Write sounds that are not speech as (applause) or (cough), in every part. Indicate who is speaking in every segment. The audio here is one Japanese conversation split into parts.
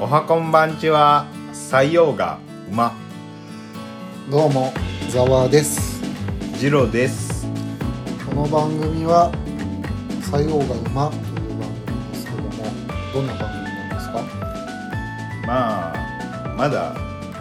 Speaker 1: おはこんばんちは採用が馬
Speaker 2: どうもざわです
Speaker 1: ジロです
Speaker 2: この番組は「採用が馬」という番組ですけどもどんな番組なんですか
Speaker 1: まあまだ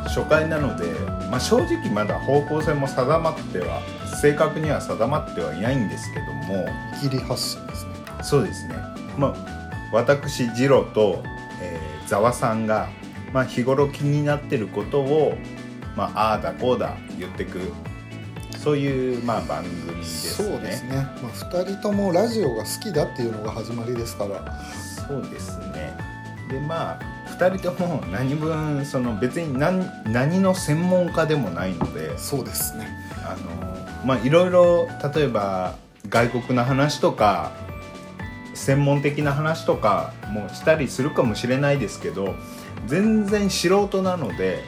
Speaker 1: 初回なので、まあ、正直まだ方向性も定まっては正確には定まってはいないんですけども
Speaker 2: 見切り発信ですね
Speaker 1: そうですねまあ私ジロとえーざわ、さんが、まあ、日頃気になってることを、まあ、ああだこうだ言ってくそういう、まあ、番組ですね
Speaker 2: そうですね、まあ、2人ともラジオが好きだっていうのが始まりですから
Speaker 1: そうですねでまあ2人とも何分その別に何何の専門家でもないので
Speaker 2: そうですね
Speaker 1: あのまあいろいろ例えば外国の話とか専門的な話とかもしたりするかもしれないですけど全然素人なので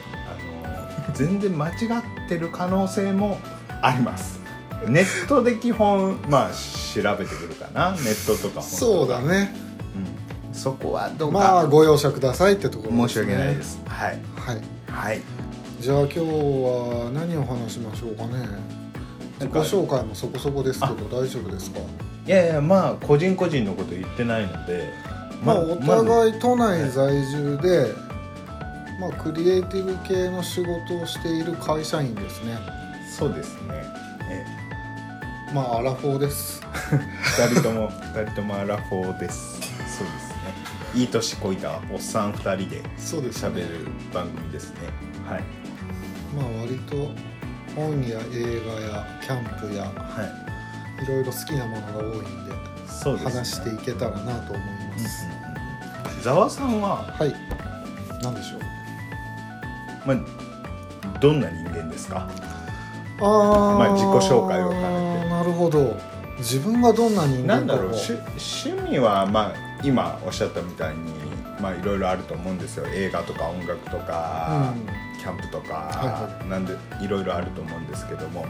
Speaker 1: あの全然間違ってる可能性もあります。ネットで基本まあ調べてくるかなネットとか本とか
Speaker 2: そうだね
Speaker 1: うんそこはどうか、
Speaker 2: まあご容赦くださいってところ
Speaker 1: 申し訳ないですす。はい。
Speaker 2: はい
Speaker 1: はい。
Speaker 2: じゃあ今日は何を話しましょうかね自己紹介もそこそこですけど大丈夫ですか
Speaker 1: いやいや、まあ、個人個人のこと言ってないので。
Speaker 2: まあ、
Speaker 1: あ
Speaker 2: お
Speaker 1: ま
Speaker 2: 互い都内在住で、まあ、クリエイティブ系の仕事をしている会社員ですね
Speaker 1: ずそうですね。え
Speaker 2: まあアラフォーです
Speaker 1: え、二人とも、
Speaker 2: (laughs)
Speaker 1: 二人ともアラフォーです。そうですね。いい年こいたおっさん二人で
Speaker 2: そうで
Speaker 1: 喋る番組ですね。はい。
Speaker 2: まあ割と本や映画やキャンプや
Speaker 1: はい。
Speaker 2: いろいろ好きなものが多いんで
Speaker 1: そうです、ね。
Speaker 2: 話していけたらなと
Speaker 1: うん
Speaker 2: 思います、
Speaker 1: うんうん。ざわさんは、
Speaker 2: はい何でしょう
Speaker 1: まあ、どんな人間ですか。
Speaker 2: あー
Speaker 1: まあ自己紹介を兼ねて
Speaker 2: なるほど自分がどんな人
Speaker 1: な
Speaker 2: 間
Speaker 1: ん
Speaker 2: か
Speaker 1: だ
Speaker 2: を
Speaker 1: ろう趣趣味はまあ今おっしゃったみたいにまあいろいろあると思うんですよ映画とか音楽とか、
Speaker 2: う
Speaker 1: キャンプとか、
Speaker 2: はいは
Speaker 1: なんでいろいろあると思うんですけども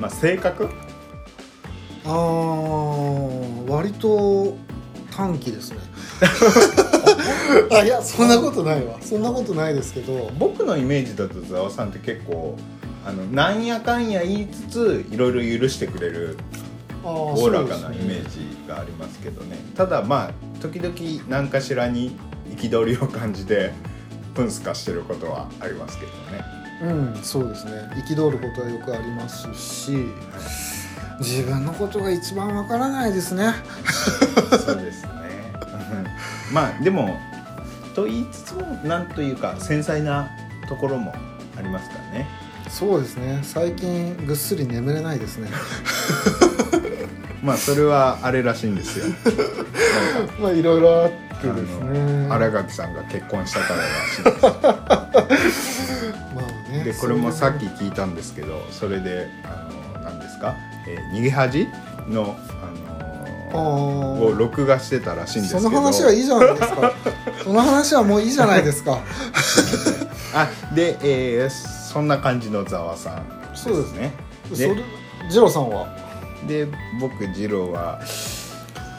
Speaker 1: まあ性格
Speaker 2: あー割と短期ですね (laughs) あ (laughs) いやそんなことないわそんなことないですけど
Speaker 1: 僕のイメージだとざわさんって結構あのなんやかんや言いつついろいろ許してくれるおおらかなイメー
Speaker 2: ジ
Speaker 1: ジがありますけどねただまあ時々何かしらに憤りを感じてプンスカしてることはありますけどね。
Speaker 2: うんそうですね憤ることはよくありますし自分のことが一番わからないですね
Speaker 1: そうですね。 (laughs) うんまあでもと言いつつもなんというか繊細なところもありますからね。
Speaker 2: そうですね最近ぐっすり眠れないですね
Speaker 1: まあそれはあれらしいんです
Speaker 2: (laughs)
Speaker 1: よ。なんか
Speaker 2: (laughs) まあいろいろあって
Speaker 1: あ
Speaker 2: ですね
Speaker 1: の荒垣さんが結婚したかららしい
Speaker 2: (laughs)
Speaker 1: です
Speaker 2: まあね
Speaker 1: でこれもさっき聞いたんですけどそれであの何ですか、えー逃げ恥のあ
Speaker 2: あ
Speaker 1: の
Speaker 2: ー
Speaker 1: を録画してたらしいんですけ
Speaker 2: そ
Speaker 1: ど
Speaker 2: の話はいいじゃないですかその話はもういいじゃないですか
Speaker 1: あで、えーそんな感じのざわさんですね。
Speaker 2: そうです
Speaker 1: で
Speaker 2: それジローさんは
Speaker 1: で僕二郎は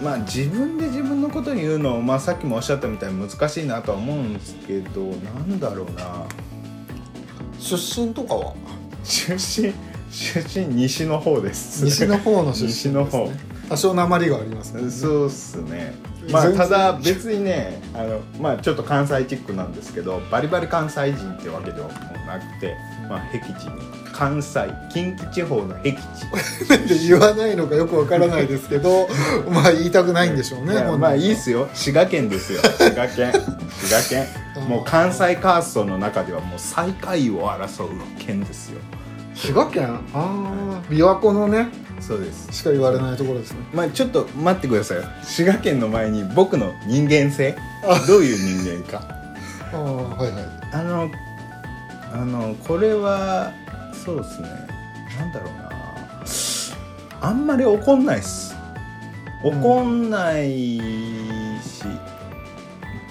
Speaker 1: まあ自分で自分のこと言うのまあ、さっきもおっしゃったみたいに難しいなとは思うんですけどなんだろうな
Speaker 2: 出身とかは
Speaker 1: 出身出身西の方です
Speaker 2: 西の方の出身です、
Speaker 1: 西
Speaker 2: ね、
Speaker 1: の方
Speaker 2: 多少訛りがあります
Speaker 1: (laughs)
Speaker 2: ね
Speaker 1: そうっすねまあ
Speaker 2: 全然
Speaker 1: ただ別にねあのまあちょっと関西チックなんですけどバリバリ関西人ってわけでもなくてまあ僻地に関西近畿地方の僻地
Speaker 2: なんで言わないのかよくわからないですけど (laughs) まあ言いたくないんでしょうね
Speaker 1: いや
Speaker 2: 本人は
Speaker 1: まあいいっすよ滋賀県です
Speaker 2: (laughs)
Speaker 1: よ滋賀県滋賀
Speaker 2: あー
Speaker 1: 県もう関西カーストの中ではもう最下位を争う県ですよ
Speaker 2: 滋賀県ああ琵琶湖のね
Speaker 1: そうです
Speaker 2: しか言われないところですね
Speaker 1: まあちょっと待ってくださいよ滋賀県の前に僕の人間性どういう人間か
Speaker 2: ああはいはい
Speaker 1: あのあのこれはそうですねなんだろうなあんまり怒んないっす怒んないし、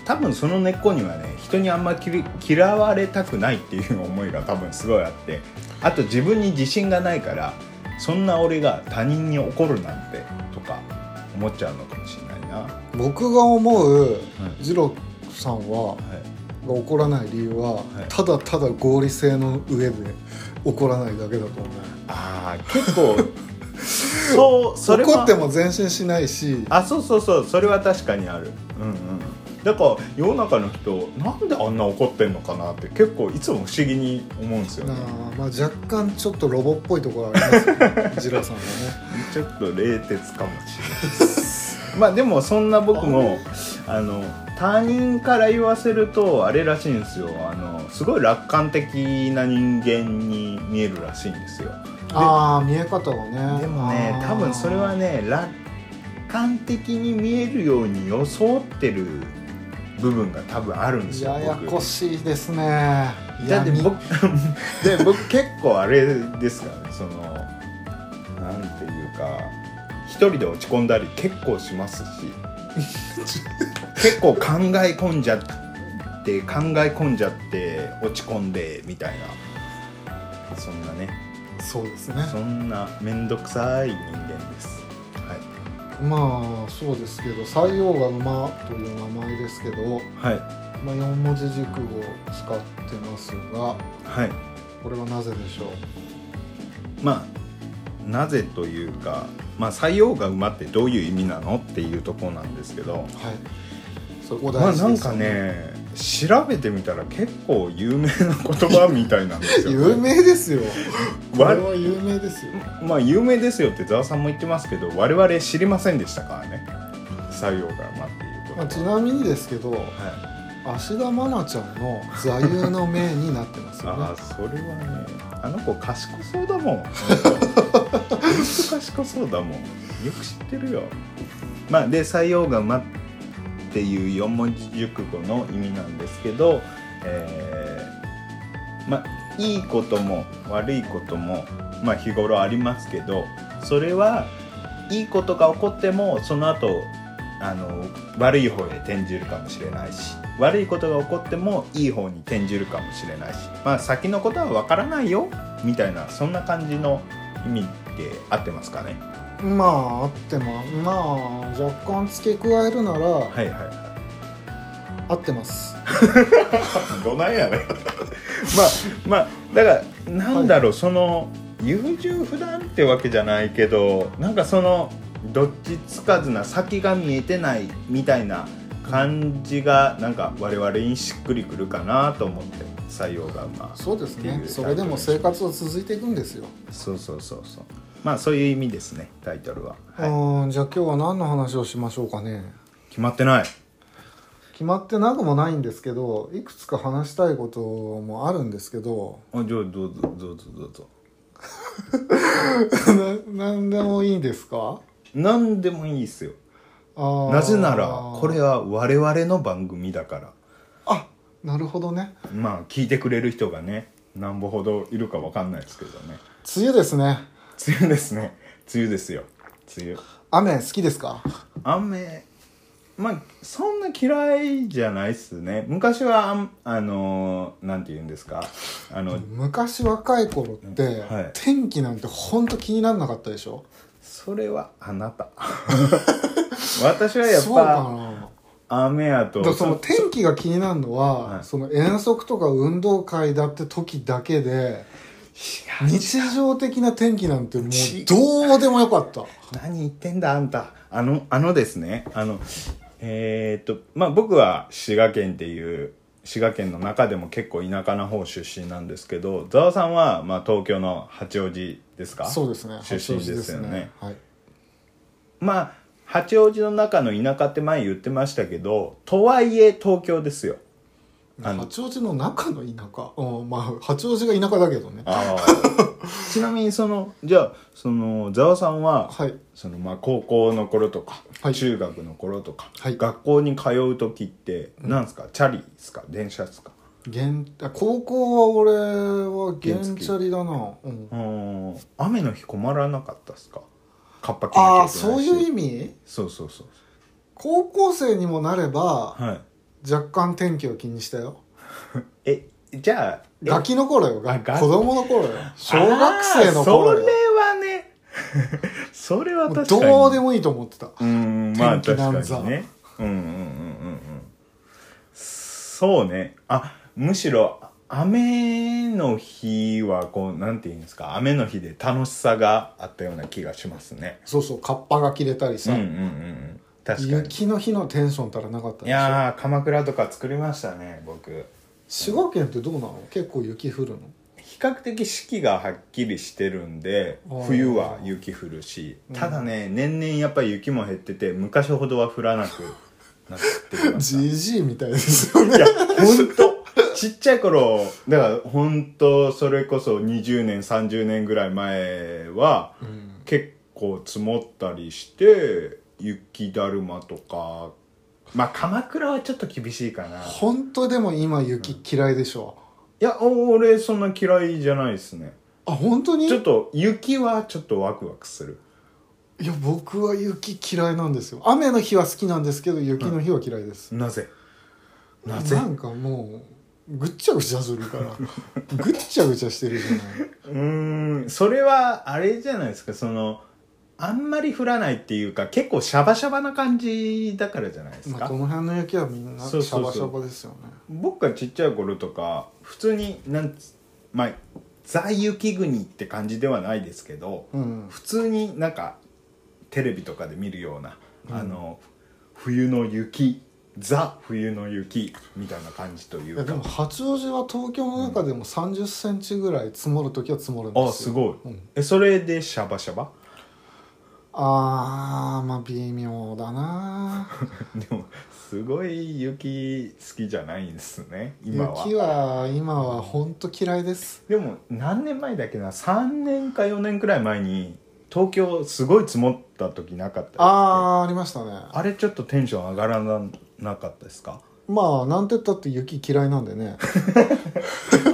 Speaker 1: 多分その根っこにはね人にあんまり嫌われたくないっていう思いが多分すごいあってあと自分に自信がないからそんな俺が他人に怒るなんてとか思っちゃうのかもしれないな。
Speaker 2: 僕が思う
Speaker 1: うん
Speaker 2: ジローさんは
Speaker 1: はい
Speaker 2: が怒らない理由は、
Speaker 1: はい
Speaker 2: ただただ合理性の上で怒らないだけだと思う
Speaker 1: ああ結構 (laughs) そうそれは
Speaker 2: 怒っても前進しないし
Speaker 1: あそうそうそうそれは確かにあるうんうんだから世の中の人なんであんな怒ってんのかなって結構いつも不思議に思うんですよ
Speaker 2: な
Speaker 1: ね
Speaker 2: あまあ、若干ちょっとロボっぽいところあります (laughs) ねジラさんはね
Speaker 1: ちょっと冷徹かもしれないです (laughs) まあでもそんな僕もあの他人から言わせるとあれらしいんですよあのすごい楽観的な人間に見えるらしいんですよ
Speaker 2: ああ見え方がね
Speaker 1: でもね
Speaker 2: あー
Speaker 1: 多分それはね楽観的に見えるように装ってる部分が多分あるんですよ
Speaker 2: やや
Speaker 1: 僕
Speaker 2: こしいですね
Speaker 1: だって
Speaker 2: 闇
Speaker 1: 僕 (laughs) で僕結構あれですからねそのなんていうか一人で落ち込んだり結構しますし (laughs) 結構考え込んじゃって考え込んじゃって落ち込んでみたいなそんなね
Speaker 2: そうですね
Speaker 1: そんな面倒くさい人間です。は
Speaker 2: まあそうですけど採用が馬という名前ですけど、
Speaker 1: いは
Speaker 2: まあ、4文字熟語を使ってますが
Speaker 1: いはい
Speaker 2: これはなぜでしょう
Speaker 1: まあなぜというか、まあ、採用が馬ってどういう意味なのっていうところなんですけど
Speaker 2: はいそこ
Speaker 1: まあな
Speaker 2: 大事で
Speaker 1: ん
Speaker 2: す
Speaker 1: か
Speaker 2: よ
Speaker 1: ね調べてみたら結構有名な言葉みたいなんですよ
Speaker 2: (laughs) 有名ですよこ
Speaker 1: わ
Speaker 2: れは有名ですよ
Speaker 1: まあ有名ですよってざわさんも言ってますけど我々知りませんでしたからね採用が馬っていう
Speaker 2: ま
Speaker 1: こ
Speaker 2: あ、ち
Speaker 1: とは、
Speaker 2: なみにですけど
Speaker 1: はい、
Speaker 2: 芦田愛菜ちゃんの座右の銘になってますよね
Speaker 1: ああそれはねあの子賢そうだもんほんと賢そうだもんよく知ってるよまあで採用が馬っていう四文字熟語の意味なんですけど、えーまあいいことも悪いことも、まあ、日頃ありますけどそれはいいことが起こってもその後あの悪い方へ転じるかもしれないし悪いことが起こってもいい方に転じるかもしれないし、まあ、先のことは分からないよみたいなそんな感じの意味って合ってますかね
Speaker 2: まああってもまあ若干付け加えるなら、
Speaker 1: はいはいはい
Speaker 2: 合ってます
Speaker 1: どない (laughs) やねんまあまあだからなんだろう、その優柔不断ってわけじゃないけどなんかそのどっちつかずな先が見えてないみたいな感じがなんか我々にしっくりくるかなと思って採用がまあ
Speaker 2: そうです
Speaker 1: って
Speaker 2: ね
Speaker 1: いう
Speaker 2: それでも生活は続いていくんですよ、
Speaker 1: そうそうそうそうまあそういう意味ですねタイトルは、
Speaker 2: う
Speaker 1: は
Speaker 2: ーんじゃあ今日は何の話をしましょうかね
Speaker 1: い、決まってない
Speaker 2: 決まってなくもないんですけどいくつか話したいこともあるんですけど (laughs)
Speaker 1: あじゃあどうぞどうぞどうぞ
Speaker 2: な何でもいいんですか
Speaker 1: 何でもいいですよ
Speaker 2: あー
Speaker 1: なぜならこれは我々の番組だから
Speaker 2: あなるほどね
Speaker 1: まあ聞いてくれる人がねなんぼほどいるかわかんないですけどね
Speaker 2: 梅雨ですね
Speaker 1: 梅雨ですね梅雨ですよ梅雨
Speaker 2: 雨好きですか
Speaker 1: 雨まあそんな嫌いじゃないっすね昔はあんあのーなんて言うんですかあの
Speaker 2: 昔若い頃って、
Speaker 1: はい
Speaker 2: 天気なんてほんと気にならなかったでしょ
Speaker 1: それはあな (laughs) た私はやっ
Speaker 2: そうか
Speaker 1: ぱ
Speaker 2: な
Speaker 1: 雨やと
Speaker 2: だからその天気が気になるのは、
Speaker 1: はい
Speaker 2: その遠足とか運動会だって時だけで日常的な天気なんてもう
Speaker 1: 違う
Speaker 2: どうでもよ
Speaker 1: (laughs)
Speaker 2: かった
Speaker 1: 何言ってんだあんたあのあのですねあのえーっとまあ僕は滋賀県っていう滋賀県の中でも結構田舎な方出身なんですけどざわさんは、まあ、東京の八王子ですか
Speaker 2: そうですね
Speaker 1: 出身ですよね
Speaker 2: 八王子です
Speaker 1: まあ八王子の中の田舎って前言ってましたけどとはいえ東京ですよあ
Speaker 2: はい、
Speaker 1: の
Speaker 2: 八王子の中の田舎、うんまあ、八王子が田舎だけどね
Speaker 1: あー (laughs) ちなみにそのじゃあそのざわさんは、
Speaker 2: はい
Speaker 1: そのまあ高校の頃とか、
Speaker 2: はい
Speaker 1: 中学の頃とか、
Speaker 2: はい
Speaker 1: 学校に通う時って何ですか、チャリですか電車ですか
Speaker 2: 現あ高校は俺は
Speaker 1: 原
Speaker 2: 原
Speaker 1: 付
Speaker 2: チャリだな、うん
Speaker 1: う、ーん雨の日困らなかったですかカッパ着なき
Speaker 2: あ
Speaker 1: ゃ
Speaker 2: あ
Speaker 1: いけな
Speaker 2: そう
Speaker 1: いし
Speaker 2: いう意味
Speaker 1: そうそうそう
Speaker 2: 高校生にもなれば
Speaker 1: はい
Speaker 2: 若干天気を気にしたよ
Speaker 1: えじゃあえ
Speaker 2: ガキの頃よ
Speaker 1: あガ
Speaker 2: ガ
Speaker 1: キ
Speaker 2: 子供の頃よ小学生の頃
Speaker 1: あー
Speaker 2: よ
Speaker 1: それはね (laughs) それは
Speaker 2: もう
Speaker 1: 確かに
Speaker 2: どうでもいいと思ってた
Speaker 1: うーんまあ
Speaker 2: 天気
Speaker 1: 確
Speaker 2: なん
Speaker 1: か
Speaker 2: ざ
Speaker 1: にねうんうんうんうんうんそうねあむしろ雨の日はこうなんていうんですか雨の日で楽しさがあったような気がしますね
Speaker 2: そうそうカッパが切れたり
Speaker 1: うん
Speaker 2: さ、
Speaker 1: うんうんうん確かに
Speaker 2: 雪の日のテンションたらなかった
Speaker 1: い
Speaker 2: でしょ
Speaker 1: やー鎌倉とか作りましたね僕
Speaker 2: 滋賀県ってどうなの結構雪降るの
Speaker 1: 比較的四季がはっきりしてるんで
Speaker 2: あー
Speaker 1: 冬は雪降るしただね、年々やっぱり雪も減ってて昔ほどは降らなくなって
Speaker 2: (laughs)
Speaker 1: きました
Speaker 2: じじいみたいですよね
Speaker 1: いや、ほんと、ちっちゃい頃、だからほんと、それこそ20年、30年ぐらい前は、
Speaker 2: うん
Speaker 1: 結構積もったりして、雪だるまとか、まあ、鎌倉はちょっと厳しいかな。い
Speaker 2: 本当でも今雪嫌いでしょ、
Speaker 1: や、お俺そんな嫌いじゃないですね。
Speaker 2: あ本当に
Speaker 1: ちょっと、雪はちょっとワクワクする。
Speaker 2: いや僕は雪嫌いなんですよ雨の日は好きなんですけど雪の日は嫌いです、
Speaker 1: なぜなぜ
Speaker 2: なんかもうぐっちゃぐちゃするからぐっちゃぐちゃしてるじゃないう
Speaker 1: ーんそれはあれじゃないですかそのあんまり降らないっていうか結構シャバシャバな感じだからじゃないです
Speaker 2: まあ、
Speaker 1: か、
Speaker 2: この辺の雪はみんなシ
Speaker 1: そうそうそう
Speaker 2: ャバシャバですよね
Speaker 1: 僕がちっちゃい頃とか普通になんつまあザ・雪国って感じではないですけど
Speaker 2: うん
Speaker 1: 普通になんかテレビとかで見るような、
Speaker 2: うん
Speaker 1: あの冬の雪ザ・冬の雪みたいな感じとい
Speaker 2: いうやで
Speaker 1: か
Speaker 2: も八王子は東京の中でも3 0ンチぐらい積もる時は積もるんですよ
Speaker 1: あすごい
Speaker 2: うん
Speaker 1: えそれでシャバシャバ (laughs)
Speaker 2: あーまあ微妙だな
Speaker 1: でもすごい雪好きじゃないんですね今は
Speaker 2: 雪は今は本当嫌いです
Speaker 1: でも何年前だっけな3年か4年くらい前に東京すごい積もった時なかったですあ
Speaker 2: ああーありましたね
Speaker 1: あれちょっとテンション上がらなかったですか
Speaker 2: まあなんて言ったって雪嫌いなんでね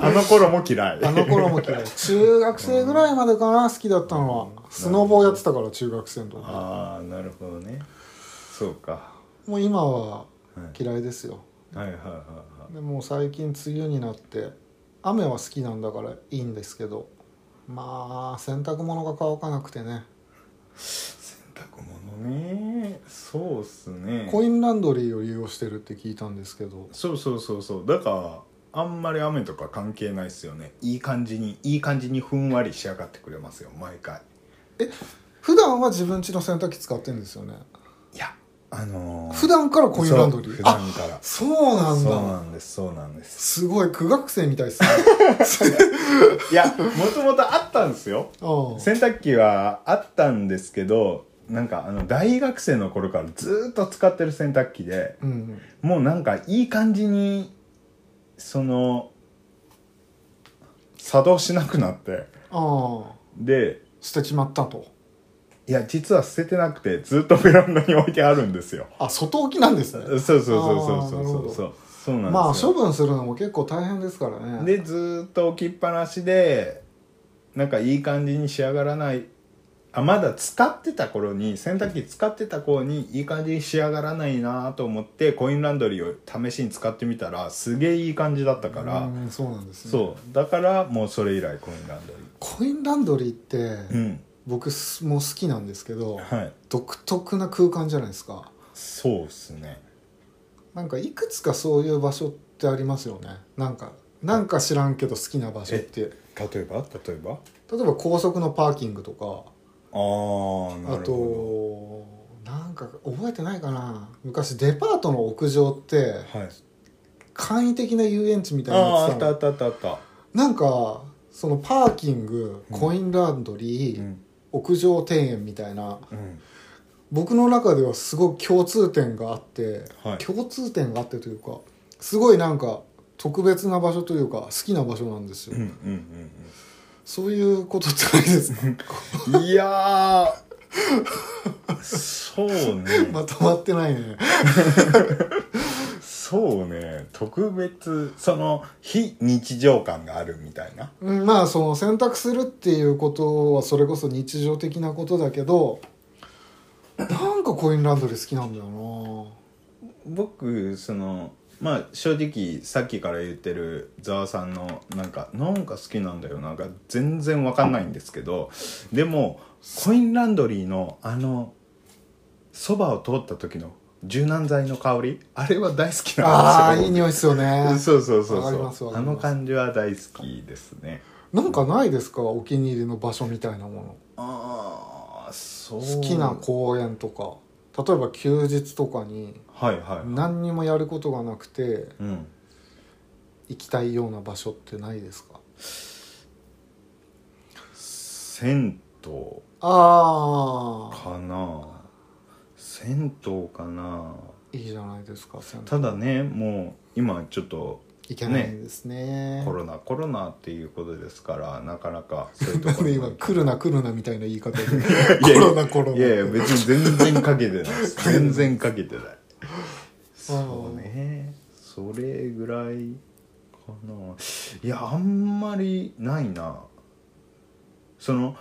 Speaker 1: あの頃も嫌い
Speaker 2: あの頃も嫌い中学生ぐらいまでかな好きだったのはスノボーやってたから中学生の
Speaker 1: (laughs)
Speaker 2: 時
Speaker 1: ああなるほどねそうか、
Speaker 2: もう今は
Speaker 1: はい、
Speaker 2: 嫌いですよ
Speaker 1: はいはいはいは
Speaker 2: でも最近梅雨になって雨は好きなんだからいいんですけどまあ洗濯物が乾かなくてね
Speaker 1: い洗濯物ねそうっすね
Speaker 2: コインランドリーを利用してるって聞いたんですけど
Speaker 1: そうそうそうそうだからあんまり雨とか関係ないっすよねいい感じにいい感じにふんわり仕上がってくれますよ毎回
Speaker 2: 普段は自分家の洗濯機使ってるんですよね
Speaker 1: いやあのー
Speaker 2: 普段からコインランドリ
Speaker 1: そう
Speaker 2: ー
Speaker 1: 普
Speaker 2: あ
Speaker 1: 段から
Speaker 2: そうなん
Speaker 1: そう
Speaker 2: だ
Speaker 1: なんですそうなんです
Speaker 2: すごい苦学生みたい
Speaker 1: (laughs)
Speaker 2: ですね
Speaker 1: いやもともとあったんですよ
Speaker 2: うん
Speaker 1: 洗濯機はあったんですけどなんかあの大学生の頃からずっと使ってる洗濯機で
Speaker 2: うん
Speaker 1: もうなんかいい感じにその作動しなくなって
Speaker 2: ああ
Speaker 1: で
Speaker 2: 捨てちまったと
Speaker 1: いや実は捨ててなくてずっとベランダに置いてあるんですよ
Speaker 2: あ外置きなんです
Speaker 1: そう
Speaker 2: ね
Speaker 1: そうそう
Speaker 2: あ
Speaker 1: そう
Speaker 2: ーな
Speaker 1: そう
Speaker 2: るほど
Speaker 1: そうそうなんですよ
Speaker 2: まあ処分するのも結構大変ですからね
Speaker 1: でずーっと置きっぱなしでなんかいい感じに仕上がらないあまだ使ってた頃に洗濯機使ってた頃にいい感じに仕上がらないなと思ってコインランドリーを試しに使ってみたらすげえいい感じだったから、
Speaker 2: うんそうなんですね
Speaker 1: そうだからもうそれ以来コインランド
Speaker 2: コインランドリーって、
Speaker 1: リーうん
Speaker 2: 僕すもう好きなんですけど
Speaker 1: はい
Speaker 2: 独特な空間じゃないですか
Speaker 1: そうっすね
Speaker 2: なんかいくつかそういう場所ってありますよねなんかなんか知らんけど好きな場所って例
Speaker 1: 例えば例えば
Speaker 2: えば高速のパーキングとか
Speaker 1: ああな
Speaker 2: あ
Speaker 1: るほ
Speaker 2: となんか覚えてないかな昔デパートの屋上って
Speaker 1: どはい
Speaker 2: 簡易的な遊園地みたいなの
Speaker 1: あ
Speaker 2: やっ
Speaker 1: あ
Speaker 2: て
Speaker 1: ーあったた
Speaker 2: の
Speaker 1: あったあったあった
Speaker 2: なんかそのパーキング
Speaker 1: うん
Speaker 2: コインランドリー、
Speaker 1: うん
Speaker 2: 屋上庭園みたいな
Speaker 1: うん
Speaker 2: 僕の中ではすごく共通点があって、
Speaker 1: はい
Speaker 2: 共通点があってというかすごいなんか特別な場所というか好きな場所なんですよ、
Speaker 1: うんうんうんうん
Speaker 2: そういうことってないです
Speaker 1: (laughs)
Speaker 2: か
Speaker 1: いやー、そうね。
Speaker 2: まとまってないね
Speaker 1: そうね。特別、その、非日常感があるみたいな。
Speaker 2: うんまあその選択するっていうことはそれこそ日常的なことだけどなんかコインランドリー好きなんだよ
Speaker 1: (laughs)
Speaker 2: な
Speaker 1: 僕、その、まあ正直さっきから言ってるざわさんのなんかなんか好きなんだよなんか全然わかんないんですけどでもコインランドリーのあのそばを通った時の柔軟剤の香りあれは大好き
Speaker 2: あ
Speaker 1: な
Speaker 2: あ
Speaker 1: ん
Speaker 2: い
Speaker 1: で
Speaker 2: い
Speaker 1: すよ
Speaker 2: 匂いっすよ
Speaker 1: (laughs)
Speaker 2: ね
Speaker 1: そうそうそう
Speaker 2: わかります
Speaker 1: そ
Speaker 2: わ
Speaker 1: う
Speaker 2: か
Speaker 1: あ
Speaker 2: ります
Speaker 1: の感じは大好きですね
Speaker 2: なんかないですかお気に入りの場所みたいなも
Speaker 1: ああそう
Speaker 2: の好きな公園とか例えば休日とかに
Speaker 1: はいはい
Speaker 2: 何にもやることがなくて
Speaker 1: うん
Speaker 2: 行きたいような場所ってないですか
Speaker 1: 銭湯
Speaker 2: ああ
Speaker 1: かな銭湯かない
Speaker 2: いじゃないですか銭湯
Speaker 1: ただねもう今ちょっと
Speaker 2: 行けないですね
Speaker 1: コロナコロナっていうことですからなかなかそういうと
Speaker 2: な
Speaker 1: こ
Speaker 2: ん
Speaker 1: ろ (laughs)
Speaker 2: で
Speaker 1: に
Speaker 2: 今「来るな来るな」みたいな言い方で
Speaker 1: (laughs) いや
Speaker 2: コロナコロナ
Speaker 1: いやいや別に全然かけ (laughs) てないです全然かけてないそうねそれぐらいかないやあんまりないなその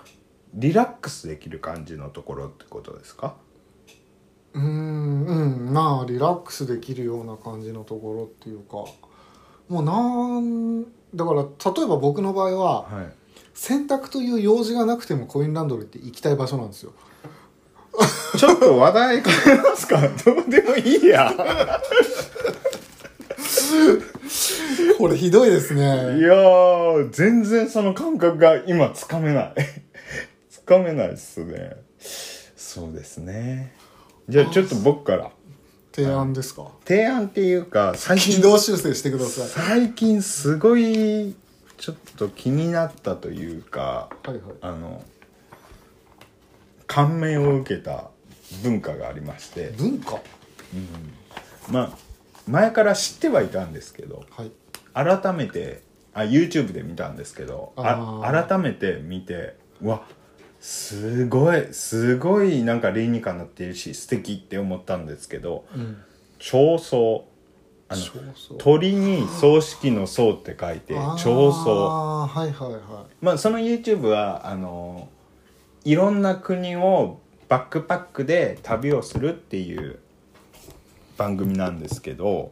Speaker 1: リラックスできる感じのところってことですか
Speaker 2: うーんうんまあリラックスできるような感じのところっていうかもうなんだから例えば僕の場合は
Speaker 1: はい
Speaker 2: 洗濯という用事がなくてもコインランドリーって行きたい場所なんですよ
Speaker 1: ちょっと話題変えますか (laughs) どうでもいいや
Speaker 2: これひどいです
Speaker 1: いや
Speaker 2: ね
Speaker 1: ー全然その感覚が今つかめない (laughs) つかめないっすねそうですねじゃあちょっと僕から
Speaker 2: 提案ですか
Speaker 1: 提案っていうか最
Speaker 2: 軌
Speaker 1: 近
Speaker 2: 道修正してくださ
Speaker 1: 最近すごいちょっと気になったというか
Speaker 2: いはいはい
Speaker 1: あの感銘を受けた文化がありまして
Speaker 2: 文化
Speaker 1: まあ前から知ってはいたんですけど
Speaker 2: はい
Speaker 1: 改めてあ YouTube で見たんですけどあ
Speaker 2: あー
Speaker 1: 改めて見てうわすごいすごいなんか理にかなってるし素敵って思ったんですけど
Speaker 2: うん
Speaker 1: 彫層あの
Speaker 2: そうそう
Speaker 1: 鳥に葬式の層って書いて
Speaker 2: あー
Speaker 1: 彫層
Speaker 2: はいはいは
Speaker 1: まあその YouTube はあのいろんな国をバックパックで旅をするっていう番組なんですけど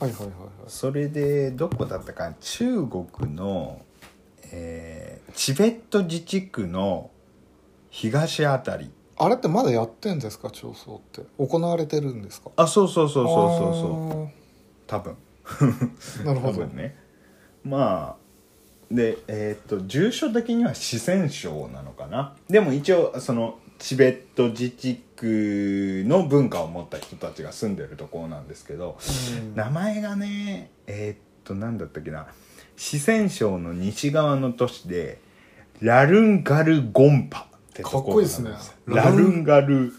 Speaker 2: いはいはいはいはい
Speaker 1: それでどこだったかな中国の、えーチベット自治区の東あたり
Speaker 2: あれってまだやってんですか調査って行われてるんですか
Speaker 1: あそうそうそうそうそうそう
Speaker 2: う
Speaker 1: 多分
Speaker 2: なる
Speaker 1: 多
Speaker 2: ほど
Speaker 1: 分ねまあでえーっと住所的には四川省なのかなでも一応そのチベット自治区の文化を持った人たちが住んでるところなんですけど
Speaker 2: うん
Speaker 1: 名前がねえーっと何だったっけな四川省の西側の都市でラルンガルゴンパってところなん
Speaker 2: かっこいいですね
Speaker 1: ラルンガル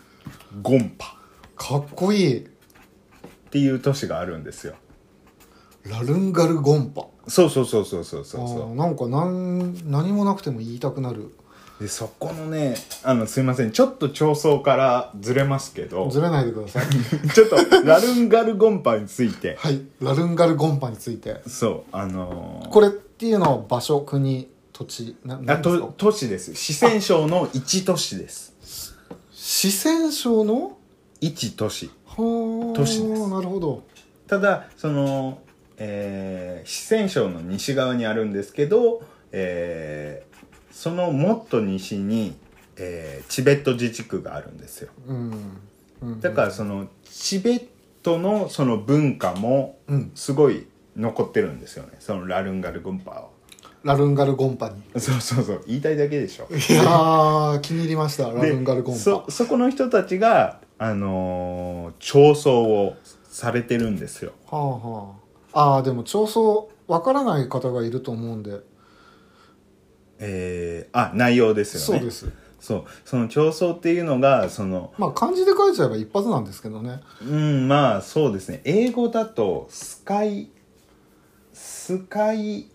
Speaker 1: ゴンパ
Speaker 2: かっこいい
Speaker 1: っていう都市があるんですよ
Speaker 2: ラルンガルゴンパ
Speaker 1: そうそうそうそうそうそうそう
Speaker 2: あーなんかなん何もなくても言いたくなる
Speaker 1: でそこのねあのすいませんちょっと調層からずれますけど
Speaker 2: ずれないでください
Speaker 1: ちょっとラルンガルゴンパについて
Speaker 2: はいラルンガルゴンパについて
Speaker 1: そうあの
Speaker 2: これっていうのは場所国土地な
Speaker 1: ー、あ
Speaker 2: 何です
Speaker 1: と
Speaker 2: か
Speaker 1: 都市です四川省の一都市です
Speaker 2: 四川省の
Speaker 1: 一都市
Speaker 2: はあ
Speaker 1: 都市です
Speaker 2: なるほど
Speaker 1: ただその、えー四川省の西側にあるんですけど、えーそのもっと西に、えーチベット自治区があるんですよ
Speaker 2: うん、うん、
Speaker 1: だからそのチベットのその文化も
Speaker 2: うん
Speaker 1: すごい残ってるんですよねそのラルンガルゴンパーを
Speaker 2: ラルンガルゴンパに
Speaker 1: (laughs) そうそうそう言いたいだけでしょ
Speaker 2: いやー気に入りましたラルンガルゴン
Speaker 1: で
Speaker 2: パ
Speaker 1: そそこの人たちがあのー、調査をされてるんですよ
Speaker 2: はあはああーでも調査わからない方がいると思うんで、
Speaker 1: えー、あ内容ですよね
Speaker 2: そうです
Speaker 1: そうその調査っていうのがその
Speaker 2: まあ漢字で書いちゃえば一発なんですけどね
Speaker 1: うんまあそうですね英語だとスカイスカイ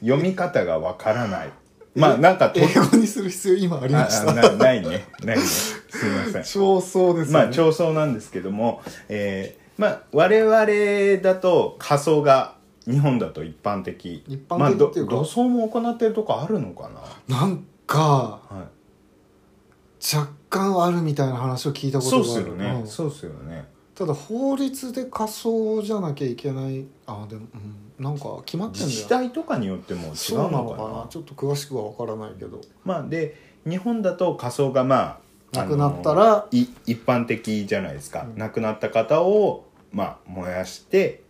Speaker 1: 読み方がわからないまあなんかと
Speaker 2: 英語にする必要今あり
Speaker 1: あ
Speaker 2: まし
Speaker 1: あ
Speaker 2: た
Speaker 1: なないねないねすいません
Speaker 2: 超そうです
Speaker 1: まあ調層なんですけども、えーまあ我々だと仮想が日本だと一般的
Speaker 2: 一般的
Speaker 1: まあ、ど
Speaker 2: っていうか
Speaker 1: 土葬も行ってるとこあるのかな、
Speaker 2: なんか
Speaker 1: はい、
Speaker 2: 若干あるみたいな話を聞いたことが
Speaker 1: そ
Speaker 2: あ
Speaker 1: う
Speaker 2: る
Speaker 1: っすよね、
Speaker 2: うん
Speaker 1: そうっすよね
Speaker 2: ただ法律で仮想じゃなきゃいけないあでも、うん、なんか決まってんだよ
Speaker 1: 自治体とかによっても違
Speaker 2: そう
Speaker 1: の
Speaker 2: う
Speaker 1: か
Speaker 2: な
Speaker 1: な
Speaker 2: のかなちょっと詳しくは分からないけど
Speaker 1: まあで日本だと仮想がまあ
Speaker 2: 亡くなったら
Speaker 1: い一般的じゃないですか、
Speaker 2: うん
Speaker 1: 亡くなった方を、まあ、燃やして、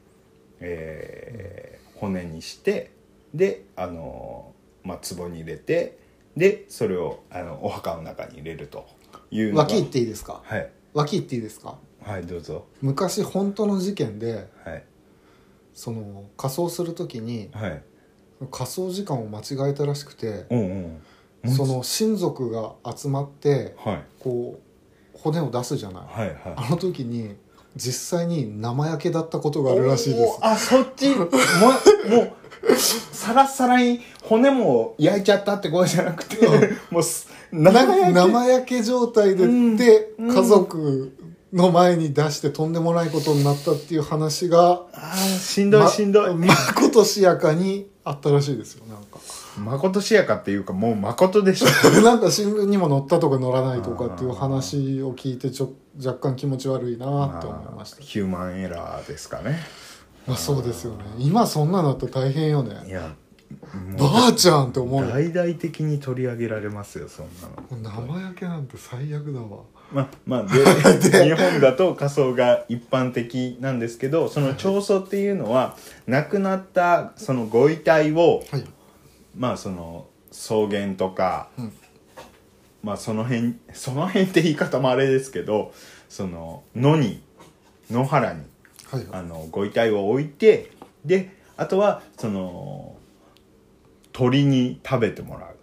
Speaker 1: えー骨にしてであのー、まあ、壺に入れてでそれをあのお墓の中に入れるというのが
Speaker 2: 脇行っていいですか
Speaker 1: はい
Speaker 2: 脇行っていいですか
Speaker 1: はいどうぞ
Speaker 2: 昔本当の事件で
Speaker 1: はい
Speaker 2: その仮装するときに
Speaker 1: はい
Speaker 2: 仮装時間を間違えたらしくて
Speaker 1: うんうんもう
Speaker 2: その親族が集まって
Speaker 1: はい
Speaker 2: こう骨を出すじゃない
Speaker 1: はいは
Speaker 2: あ
Speaker 1: い
Speaker 2: の時に実際に生焼けだったことがあるらしいで
Speaker 1: おーあそっちもうもうさらさらに骨も焼いちゃったってことじゃなくて、もうす
Speaker 2: す
Speaker 1: 長
Speaker 2: な
Speaker 1: 焼
Speaker 2: 生焼け状態で
Speaker 1: うん
Speaker 2: で
Speaker 1: うん
Speaker 2: 家族の前に出してとんでもないことになったっていう話が
Speaker 1: あーしんどいしんどい、
Speaker 2: まことしやかにあったらしいですよなんか
Speaker 1: まことしやかっていうかもうまこと (laughs) でしょ
Speaker 2: (laughs) なんか新聞にも載ったとか載らないとかっていう話を聞いてちょ若干気持ち悪いなって思いました
Speaker 1: ヒューマンエラーですかね
Speaker 2: まあそうですよね今そんなのだったら大変よ
Speaker 1: い
Speaker 2: ね
Speaker 1: や
Speaker 2: ばあちゃんって思うよ
Speaker 1: 大々的に取り上げられますよそんなの
Speaker 2: 生焼けなんて最悪だわ
Speaker 1: まあま (laughs) あで日本だと仮装が一般的なんですけどその長葬っていうのは亡くなったそのご遺体を
Speaker 2: はい
Speaker 1: まあその草原とか、
Speaker 2: うん
Speaker 1: まあその辺その辺って言い方もあれですけどその野に野原に
Speaker 2: はい
Speaker 1: あのご遺体を置いてであとはその鳥に食べてもらう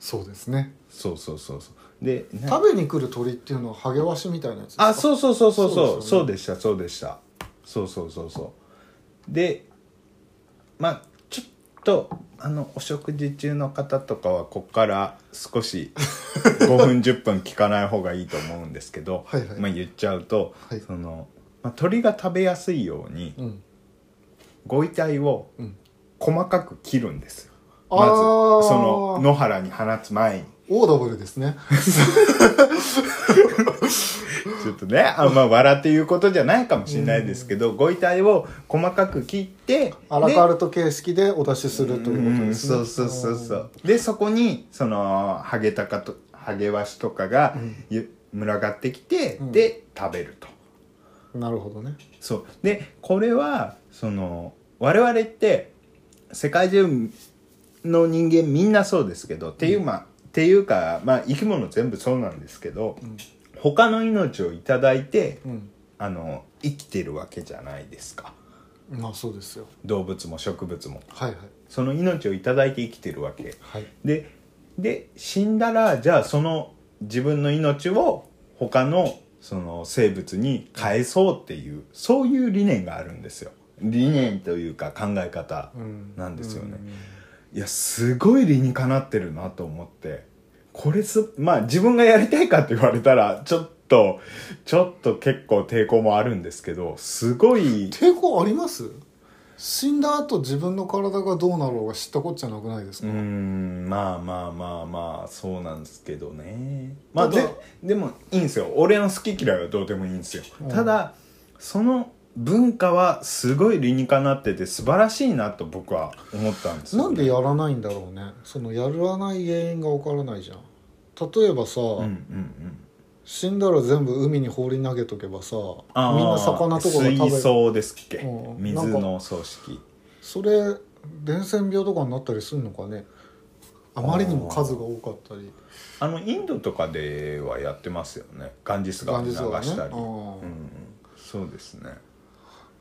Speaker 2: そうですね
Speaker 1: そうそうそうそうでな
Speaker 2: 食べに来る鳥っていうのはハゲワシみたいなやつですか
Speaker 1: あそうそうそうそうそうそう
Speaker 2: そう
Speaker 1: でしたそうでしたそうそうそうそうでまあちょっとあのお食事中の方とかはここから少
Speaker 2: (laughs)
Speaker 1: し5分10分聞かない方がいいと思うんですけど
Speaker 2: はいはい
Speaker 1: まあ、言っちゃうと、
Speaker 2: はい
Speaker 1: そのまあ、鳥が食べやすいように
Speaker 2: うん
Speaker 1: ご遺体を
Speaker 2: うん
Speaker 1: 細かく切るんですよ
Speaker 2: あ
Speaker 1: まず
Speaker 2: ー
Speaker 1: その野原に放つ前に
Speaker 2: オードブルですね
Speaker 1: ちょっとねあんまあ笑っていうことじゃないかもしれないですけど、ご遺体を細かく切って
Speaker 2: アラカルト形式でお出しするということですね
Speaker 1: うんそうそうそうそうでそこにそのハゲタカとハゲワシとかが
Speaker 2: うん
Speaker 1: ゆ群がってきて、
Speaker 2: うん
Speaker 1: で食べると
Speaker 2: うんなるほどね
Speaker 1: そうでこれはその我々って世界中の人間みんなそうですけど、っていうまあっていうか、まあ、生き物全部そうなんですけど
Speaker 2: うん
Speaker 1: 他の命をいただいて
Speaker 2: うん
Speaker 1: あの生きてるわけじゃないですか
Speaker 2: まあそうですよ
Speaker 1: 動物も植物も
Speaker 2: はいはい
Speaker 1: その命をいただいて生きてるわけ
Speaker 2: はい
Speaker 1: でで死んだらじゃあその自分の命を他のその生物に返そうっていうそういう理念があるんですよ理念というか考え方
Speaker 2: うん
Speaker 1: なんですよね
Speaker 2: うん
Speaker 1: いやすごい理にかなってるなと思ってこれすまあ自分がやりたいかって言われたらちょっとちょっと結構抵抗もあるんですけどすごい
Speaker 2: 抵抗あります死んだ後自分の体がどうなろうが知ったこっちゃなくないです
Speaker 1: う
Speaker 2: か、
Speaker 1: ーんまあまあまあまあそうなんですけどねまあ
Speaker 2: ただ
Speaker 1: ででもいいんですよ俺の好き嫌いはどうでもいいんですよ、
Speaker 2: うん
Speaker 1: ただその文化はすごい理にかなってて素晴らしいなと僕は思ったんですよ
Speaker 2: なんでやらないんだろうねそのやらない原因がわからないじゃん例えばさ、
Speaker 1: うんうんうん
Speaker 2: 死んだら全部海に放り投げとけばさ
Speaker 1: あー
Speaker 2: みんな魚とかが食べ
Speaker 1: 水槽ですっけ、
Speaker 2: うん
Speaker 1: 水の葬式
Speaker 2: それ伝染病とかになったりするのかねあまりにも数が多かったり
Speaker 1: あのインドとかではやってますよねガンジス川
Speaker 2: 感
Speaker 1: に
Speaker 2: じ
Speaker 1: 流
Speaker 2: そうだね
Speaker 1: したり、
Speaker 2: あ
Speaker 1: うんう
Speaker 2: ー
Speaker 1: んそうですね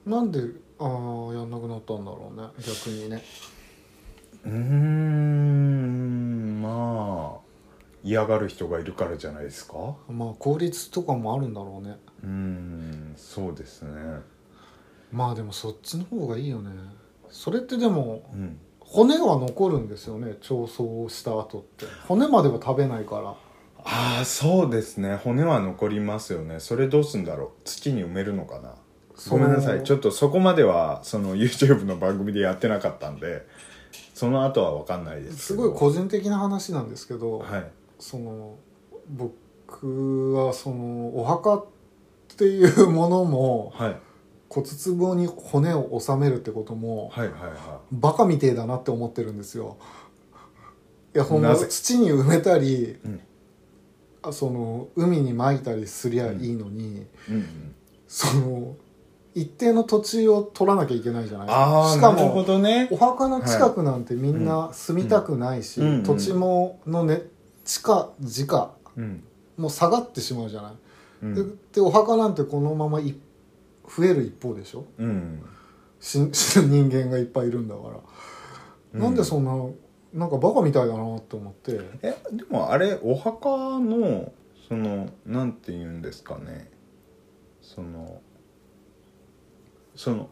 Speaker 2: なんでああやんなくなったんだろうね逆にね
Speaker 1: うーんまあ嫌がる人がいるからじゃないですか
Speaker 2: まあ効率とかもあるんだろうね
Speaker 1: うーんそうですね
Speaker 2: まあでもそっちの方がいいよねそれってでも
Speaker 1: うん
Speaker 2: 骨は残るんですよね調層をした後って骨までは食べないから
Speaker 1: ああそうですね骨は残りますよねそれどうすんだろう土に埋めるのかなごめんなさいちょ
Speaker 2: っ
Speaker 1: っとそこまではその (laughs) YouTube の番組でやってなかったんでその後は分かんないです
Speaker 2: と
Speaker 1: け
Speaker 2: す
Speaker 1: ど
Speaker 2: ごい個人的な話なんですけど、
Speaker 1: はい
Speaker 2: その僕はそのお墓っていうものも
Speaker 1: はい
Speaker 2: 骨壺に骨を収めるってことも
Speaker 1: はいはいは
Speaker 2: バカみてえだなって思ってるんですよいやほんま
Speaker 1: なぜ
Speaker 2: 土に埋めたり、
Speaker 1: うん
Speaker 2: あその海に撒いたりすりゃいいのに、
Speaker 1: うんうん、
Speaker 2: その一定の土地を取らなきゃいけないじゃない
Speaker 1: ああ
Speaker 2: しか
Speaker 1: なるほ
Speaker 2: も
Speaker 1: どね
Speaker 2: お墓の近くなんてみんな住みたくないし、
Speaker 1: うんうん
Speaker 2: 土地ものね地価時価
Speaker 1: うん
Speaker 2: もう下がってしまうじゃない、
Speaker 1: うん
Speaker 2: ででお墓なんてこのままい増える一方でしょ
Speaker 1: うん
Speaker 2: 死 (laughs) 死ぬ人間がいっぱいいるんだから、
Speaker 1: うん
Speaker 2: なんでそんななんかバカみたいだなと思って
Speaker 1: えでもあれお墓のそのなんて言うんですかねそのその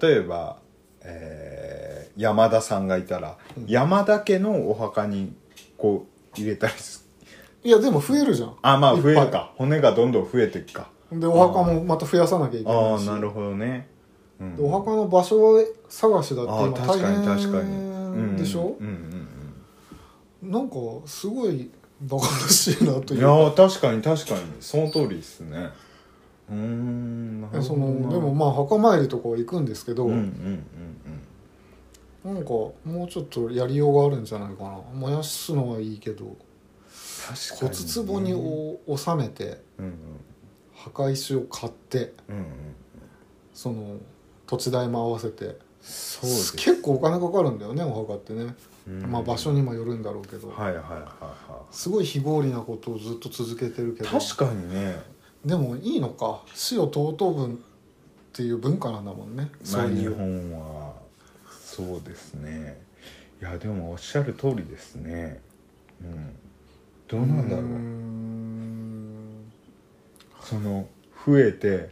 Speaker 1: 例えば、えー山田さんがいたら、
Speaker 2: うん
Speaker 1: 山田家のお墓にこう入れたりす
Speaker 2: いやでも増えるじゃん
Speaker 1: あまあ
Speaker 2: いっ
Speaker 1: 増
Speaker 2: ぱい
Speaker 1: えるか骨がどんどん増えていくか
Speaker 2: でお墓もまた増やさなきゃいけ
Speaker 1: あ
Speaker 2: な
Speaker 1: あ
Speaker 2: いし
Speaker 1: なるほどね、うん
Speaker 2: でお墓の場所探しだって
Speaker 1: ああ
Speaker 2: 今
Speaker 1: 確
Speaker 2: 大
Speaker 1: かに確かに、
Speaker 2: 変でしょ
Speaker 1: うんうん
Speaker 2: なんかすごいバカらしいな
Speaker 1: う
Speaker 2: と
Speaker 1: ん、
Speaker 2: い
Speaker 1: いうや
Speaker 2: か
Speaker 1: ー確かに確かにその通りですねうーんなるほどな
Speaker 2: そのでもまあ墓参りとかは行くんですけど、
Speaker 1: うんうん
Speaker 2: なんかもうちょっとやりようがあるんじゃないかな燃やすのはいいけど
Speaker 1: 確か
Speaker 2: 骨
Speaker 1: に
Speaker 2: 壺にお収めて
Speaker 1: うんうん
Speaker 2: 墓石を買って
Speaker 1: うんうん
Speaker 2: その土地代も合わせて
Speaker 1: そうです
Speaker 2: 結構お金かかるんだよねお墓ってね、
Speaker 1: うん
Speaker 2: まあ場所にもよるんだろうけど、
Speaker 1: はいはいはいは
Speaker 2: すごい非合理なことをずっと続けてるけ
Speaker 1: い
Speaker 2: ど
Speaker 1: 確かにね
Speaker 2: でもいいのか死を尊ぶっていう文化なんだもんね
Speaker 1: ま
Speaker 2: そ
Speaker 1: あ
Speaker 2: うい
Speaker 1: 日
Speaker 2: う
Speaker 1: 本はそうですねいやでもおっしゃる通りですねうんどうなんだろ
Speaker 2: うー
Speaker 1: うんその増えて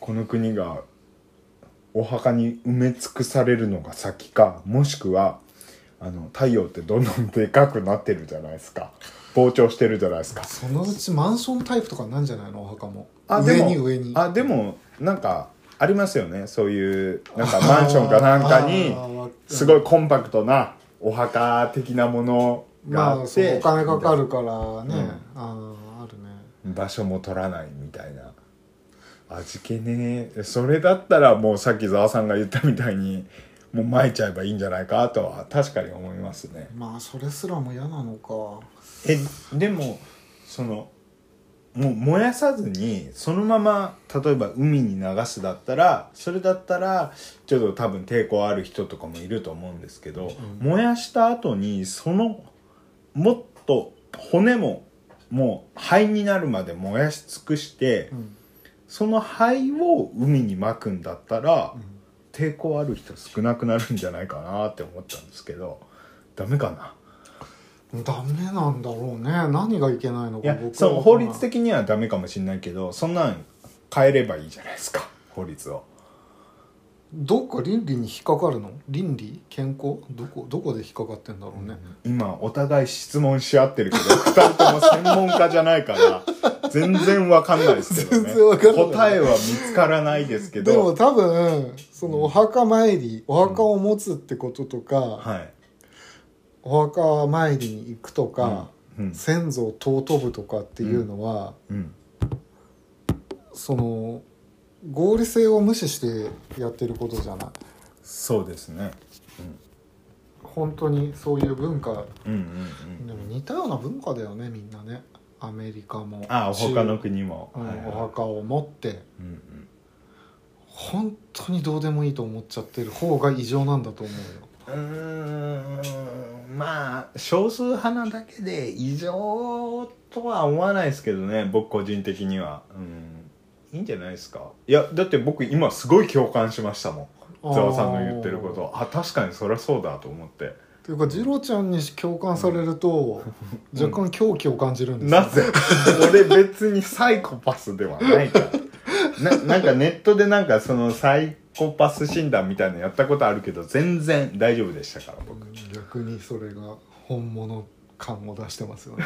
Speaker 1: この国がお墓に埋め尽くされるのが先かもしくはあの太陽ってどんどんでかくなってるじゃないですか膨張してるじゃないですか
Speaker 2: そのうちマンションタイプとかなんじゃないのお墓も
Speaker 1: あで
Speaker 2: 上
Speaker 1: も
Speaker 2: に上に
Speaker 1: あでもなんかありますよねそういうなんかマンションかなんかに
Speaker 2: (laughs) あーわ
Speaker 1: すごいコンパクトなお墓的なものが
Speaker 2: ま
Speaker 1: あ
Speaker 2: あ
Speaker 1: っ
Speaker 2: その
Speaker 1: て
Speaker 2: お金かかるから
Speaker 1: う
Speaker 2: ね、
Speaker 1: ん
Speaker 2: あああるね
Speaker 1: 場所も取らないみたいな味気ねえそれだったらもうさっきざわさんが言ったみたいにもう撒いちゃえばいいんじゃないかとは確かに思いますね
Speaker 2: まあそれすらも嫌なのか
Speaker 1: えでもそのもう燃やさずにそのまま例えば海に流すだったらそれだったらちょっと多分抵抗ある人とかもいると思うんですけど、燃やした後にそのもっと骨ももう灰になるまで燃やし尽くして、
Speaker 2: うん
Speaker 1: その灰を海に撒くんだったら、抵抗ある人少なくなるんじゃないかなって思ったんですけどダメかな
Speaker 2: ダメなんだろうね何がいけないの
Speaker 1: い
Speaker 2: か
Speaker 1: や
Speaker 2: 僕
Speaker 1: そう
Speaker 2: は
Speaker 1: 法律的にはダメかもしれないけどそんなん変えればいいじゃないですか法律を
Speaker 2: どっか倫理に引っかかるの倫理健康どこどこで引っかかってんだろうね、
Speaker 1: 今お互い質問し合ってるけど2人とも専門家じゃないから全然わかんないですけどね
Speaker 2: (laughs) 全然わかんない
Speaker 1: 答えは見つからないですけ
Speaker 2: でも
Speaker 1: ど
Speaker 2: 多分そのお墓参りお墓を持つってこととか、
Speaker 1: はい
Speaker 2: お墓参りに行くとか、
Speaker 1: うん
Speaker 2: 先祖を尊ぶとかっていうのは、
Speaker 1: うん
Speaker 2: その合理性を無視してやってることじゃない
Speaker 1: そうですね
Speaker 2: 本当にそういう文化
Speaker 1: うんうんうん
Speaker 2: でも似たような文化だよねみんなねアメリカも
Speaker 1: ああ
Speaker 2: 中
Speaker 1: 他の国も、
Speaker 2: うん
Speaker 1: はいはい
Speaker 2: お墓を持って
Speaker 1: うんうん
Speaker 2: 本当にどうでもいいと思っちゃってる方が異常なんだと思うよ
Speaker 1: うーんまあ少数派なだけで異常とは思わないですけどね僕個人的にはうんいいんじゃないですかいやだって僕今すごい共感しましたもんざわさんの言ってることあ確かにそりゃそうだと思って
Speaker 2: というか次郎ちゃんに共感されると、若干狂気を感じるんですよ
Speaker 1: なぜ (laughs) 俺別にサイコパスではないからななんかネットでなんかそのサイコパス診断みたいなのやったことあるけど全然大丈夫でしたから僕
Speaker 2: 逆にそれが本物感を出してます
Speaker 1: (laughs)
Speaker 2: よね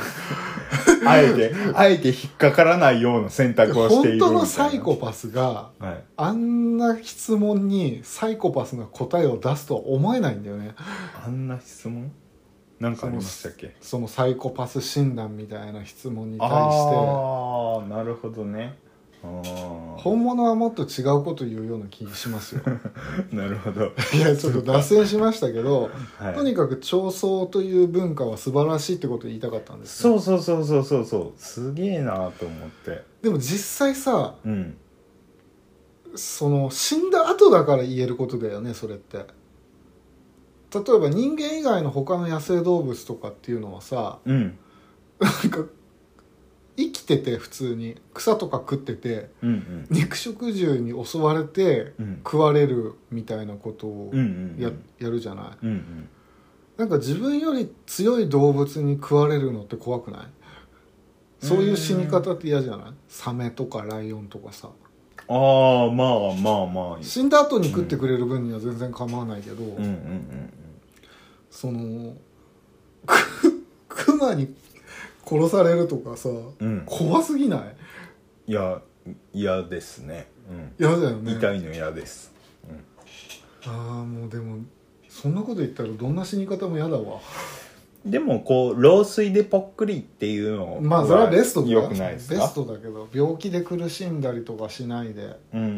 Speaker 1: あえてあえて引っかからないような選択をしているみたい
Speaker 2: 本当
Speaker 1: な
Speaker 2: のサイコパスが
Speaker 1: はい、
Speaker 2: あんな質問にサイコパスな答えを出すとは思えないんだよね
Speaker 1: あんな質問なんかありましたっけ
Speaker 2: そのサイコパス診断みたいな質問に対して
Speaker 1: ああなるほどねあ
Speaker 2: 本物はもっと違うこと言うような気がしますよ (laughs)
Speaker 1: あなるほど、
Speaker 2: いやちょっと脱線しましたけど、
Speaker 1: はい、
Speaker 2: とにかく彫塑という文化は素晴らしいってことを言いたかったんですよ
Speaker 1: そうそうそうそうそうそうすげえなと思って
Speaker 2: でも実際さ
Speaker 1: うん
Speaker 2: その死んだ後だから言えることだよねそれって例えば人間以外の他の野生動物とかっていうのはさ
Speaker 1: うん
Speaker 2: なんか生きてて普通に草とか食ってて
Speaker 1: うんうん
Speaker 2: 肉食獣に襲われて
Speaker 1: うん
Speaker 2: 食われるみたいなことを
Speaker 1: うんうん
Speaker 2: や,、やるじゃな
Speaker 1: う
Speaker 2: い
Speaker 1: んうん
Speaker 2: なんか自分より強い動物に食われるのって怖くないそういう死に方って嫌じゃないサメとかライオンとかさ
Speaker 1: ああまあまあまあ
Speaker 2: 死んだ後に食ってくれる分には全然構わないけど、
Speaker 1: うんうんうん
Speaker 2: そのく (laughs) クマに殺されるとかさ
Speaker 1: うんうん
Speaker 2: 怖すぎない
Speaker 1: いや嫌ですね、うん
Speaker 2: 嫌だよね
Speaker 1: 痛いの嫌です
Speaker 2: ああもうでもそんなこと言ったらどんな死に方も嫌だわ
Speaker 1: でもこう老衰でぽっくりっていうの
Speaker 2: まあそれはベストだ
Speaker 1: よくないですか
Speaker 2: ベストだけど病気で苦しんだりとかしないで
Speaker 1: うんうんうん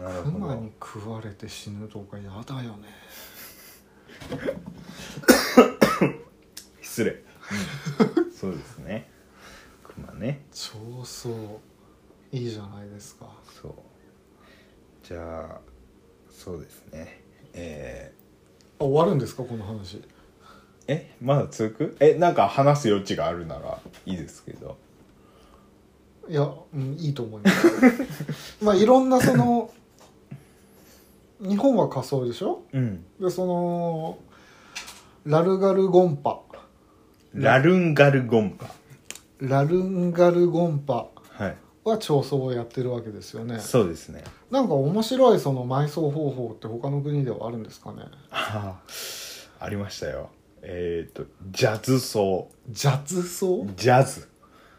Speaker 1: うんなる
Speaker 2: ク
Speaker 1: ほ
Speaker 2: マ
Speaker 1: ど
Speaker 2: に食われて死ぬとか嫌だよね
Speaker 1: 失礼、うんそうですね熊ね
Speaker 2: 超そういいじゃないですか
Speaker 1: そうじゃあそうですねえ
Speaker 2: あ終わるんですかこの話
Speaker 1: ー、えまだ続くえなんか話す余地があるならいいですけど
Speaker 2: いや、うん、いいと思います (laughs) まあいろんなその日本は仮想でしょ
Speaker 1: うん
Speaker 2: でそのラルガルゴンパ
Speaker 1: ラルンガルゴンパ
Speaker 2: ラルンガルゴンパ
Speaker 1: はい
Speaker 2: は彫塑をやってるわけですよね
Speaker 1: そうですね
Speaker 2: なんか面白いその埋葬方法って他の国ではあるんですかね
Speaker 1: ああありましたよえっ、とジャズ奏
Speaker 2: ジャズ葬
Speaker 1: ジャズ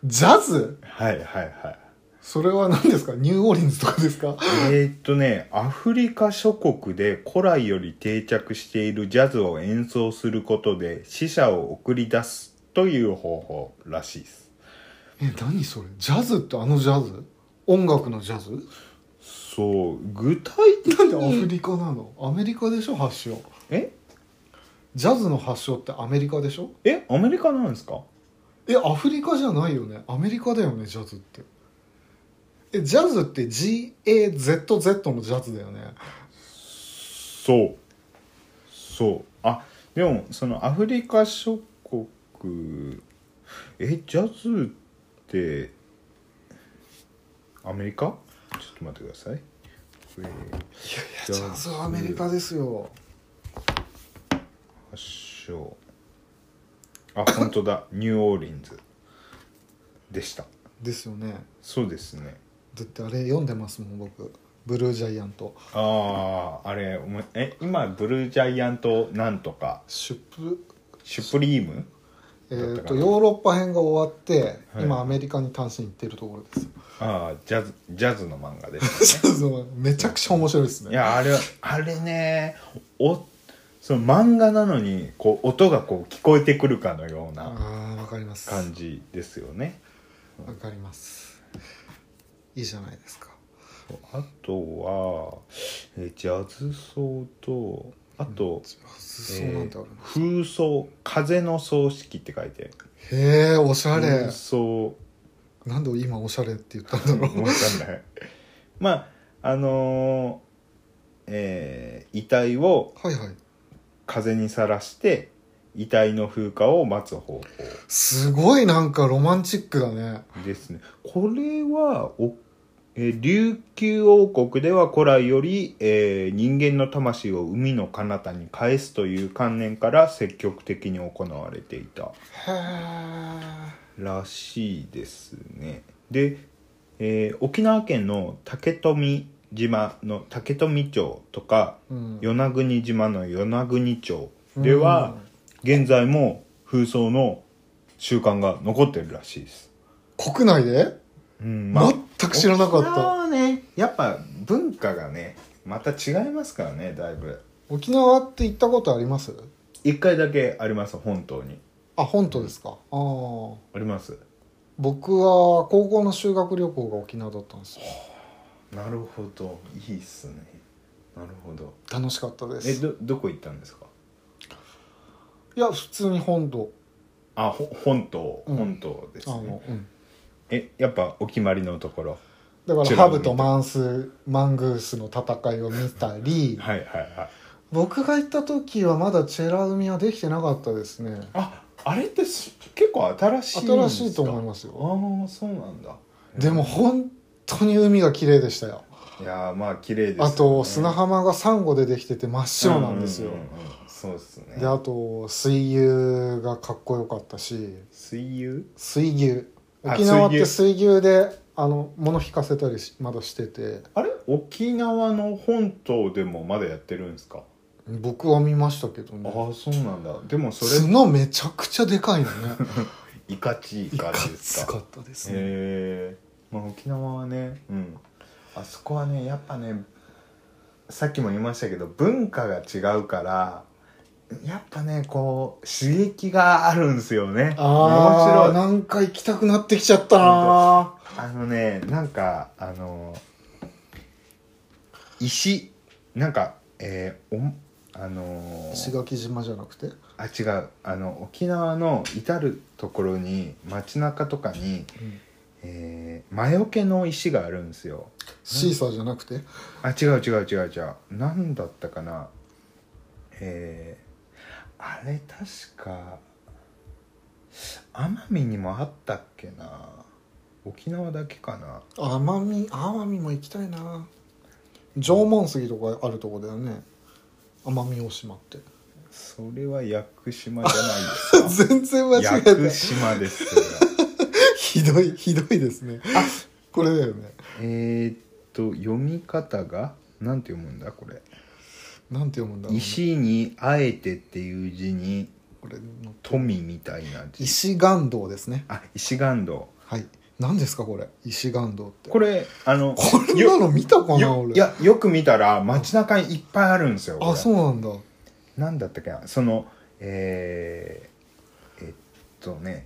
Speaker 2: ジャズ
Speaker 1: はいはいはい
Speaker 2: それは何ですかニューオーリンズとかですか
Speaker 1: えーっとねアフリカ諸国で古来より定着しているジャズを演奏することで死者を送り出すという方法らしいです
Speaker 2: え何それジャズってあのジャズ音楽のジャズ
Speaker 1: そう具体的
Speaker 2: なんでア
Speaker 1: に
Speaker 2: フリカなのアメリカでしょ発祥
Speaker 1: え
Speaker 2: ジャズの発祥ってアメリカでしょ
Speaker 1: えアメリカなんですか
Speaker 2: えアフリカじゃないよねアメリカだよねジャズってえジャズって GAZZ のジャズだよね
Speaker 1: そうそうあでもそのアフリカ諸国えジャズってアメリカちょっと待ってください、えー
Speaker 2: いやジャズはアメリカですよ
Speaker 1: 発祥あ本当だニューオーリンズでした
Speaker 2: ですよね
Speaker 1: そうですね
Speaker 2: だってあれ読んでますもん僕ブルージャイアント
Speaker 1: あああれお前え今ブルージャイアントなんとか
Speaker 2: シュプ
Speaker 1: シュプリーム
Speaker 2: え
Speaker 1: だった
Speaker 2: ー、
Speaker 1: か
Speaker 2: と
Speaker 1: な
Speaker 2: ヨーロッパ編が終わって、
Speaker 1: はい
Speaker 2: 今アメリカに単身行ってるところです
Speaker 1: ああジャズジャズの漫画ですね
Speaker 2: (laughs) めちゃくちゃ面白いです
Speaker 1: い
Speaker 2: ね
Speaker 1: やあれあれねおその漫画なのにこう音がこう聞こえてくるかのよう
Speaker 2: あ
Speaker 1: な
Speaker 2: あわかります
Speaker 1: 感じですよね
Speaker 2: わかりますいいじゃないですか
Speaker 1: あとはえジャズ奏とあと、
Speaker 2: そうなんてあるの
Speaker 1: えー風葬風の葬式って書いて
Speaker 2: へえおしゃれ
Speaker 1: 風葬
Speaker 2: なんで今おしゃれって言ったんだ
Speaker 1: わか
Speaker 2: ろ
Speaker 1: んない (laughs) まああのーえー遺体を
Speaker 2: うはいはい
Speaker 1: 風にさらして遺体の風化を待つ方法
Speaker 2: すごいなんかロマンチックだね
Speaker 1: ですねこれはお、えー琉球王国では古来より、えー人間の魂を海の彼方に返すという観念から積極的に行われていた
Speaker 2: へえ
Speaker 1: らしいですねで、えー沖縄県の竹富島の竹富町とか
Speaker 2: うん
Speaker 1: 与那国島の与那国町では、現在も風葬の習慣が残ってるらしいです、
Speaker 2: 国内で
Speaker 1: うん
Speaker 2: 全く知らなかっ
Speaker 1: 沖
Speaker 2: た
Speaker 1: 縄はねやっぱ文化がねまた違いますからねだいぶ
Speaker 2: 沖縄って行ったことあります
Speaker 1: 一回だけあります本当に
Speaker 2: あ本島ですかああ
Speaker 1: あります
Speaker 2: 僕は高校の修学旅行が沖縄だったんですよ
Speaker 1: なるほどいいっすねなるほど
Speaker 2: 楽しかったで
Speaker 1: え
Speaker 2: す
Speaker 1: どどこ行ったんですか
Speaker 2: いや普通に本土
Speaker 1: あほ本島
Speaker 2: うん
Speaker 1: 本島です
Speaker 2: あ
Speaker 1: ね、
Speaker 2: の、うん、
Speaker 1: えやっぱお決まりのところ
Speaker 2: だか
Speaker 1: チュ
Speaker 2: ら
Speaker 1: ラ
Speaker 2: ハ
Speaker 1: を見
Speaker 2: ブ
Speaker 1: た
Speaker 2: とマンスマングースの戦いを見たり
Speaker 1: はいはいはい
Speaker 2: 僕が行った時はまだチェラ海はできてなかったですね
Speaker 1: ああれってす結構新しいんですか
Speaker 2: 新しいと思いますよ
Speaker 1: ああそうなんだ
Speaker 2: でも本当に海が綺麗でしたよ
Speaker 1: いやーまあ綺麗ですよね
Speaker 2: あと砂浜がサンゴでできてて真っ白なんですよ、
Speaker 1: うううんうんそうですね
Speaker 2: であと水牛がかっこよかったし
Speaker 1: 水牛
Speaker 2: 水牛
Speaker 1: あ
Speaker 2: 沖縄っ
Speaker 1: 水
Speaker 2: て水牛であの物引かせたりしまだしてて
Speaker 1: あれ沖縄の本島でもまだやってるんですか、
Speaker 2: 僕は見ましたけどね
Speaker 1: ああそうなんだでもそれ
Speaker 2: 砂めちゃくちゃでかいのね
Speaker 1: イカチイ
Speaker 2: い
Speaker 1: カ
Speaker 2: か
Speaker 1: です
Speaker 2: つ
Speaker 1: か
Speaker 2: か
Speaker 1: へ
Speaker 2: ったですね
Speaker 1: えまあ沖縄はねうんあそこはねやっぱねさっきも言いましたけど文化が違うからやっぱねこう刺激があるんですよね面
Speaker 2: あ
Speaker 1: 白
Speaker 2: あ
Speaker 1: い
Speaker 2: なんか行きたくなってきちゃったな
Speaker 1: あのねなんかあの石なんかえー、おんあのー
Speaker 2: 石垣島じゃなくて
Speaker 1: あ違うあの沖縄の至る所に街中とかに、
Speaker 2: うん
Speaker 1: えー魔除けの石があるんですよ
Speaker 2: シーサーじゃなくて
Speaker 1: あ違う違う違う違う何だったかなえー、あれ確か奄美にもあったっけな沖縄だけかな
Speaker 2: 奄美奄美も行きたいな縄文杉とかあるとこだよね奄美大島って
Speaker 1: それは屋久島じゃ
Speaker 2: (laughs)
Speaker 1: ないですか
Speaker 2: 全然間違
Speaker 1: 屋
Speaker 2: えた
Speaker 1: 久島ですよ
Speaker 2: ひどいひどいですねこれだよね
Speaker 1: えーっと読み方がなんて読むんだこれ
Speaker 2: なんて読むんだろう、ね、
Speaker 1: 石に「あえて」っていう字に
Speaker 2: これの
Speaker 1: 「富」みたいな字
Speaker 2: 石岩洞ですね
Speaker 1: あ石岩洞
Speaker 2: はい何ですかこれ石岩洞って
Speaker 1: これあの
Speaker 2: こんなの見たかな
Speaker 1: よ
Speaker 2: 俺
Speaker 1: いやよく見たら街中にいっぱいあるんですよこ
Speaker 2: あ
Speaker 1: れ
Speaker 2: そうなんだ
Speaker 1: なんだったっけなそのえー、えっとね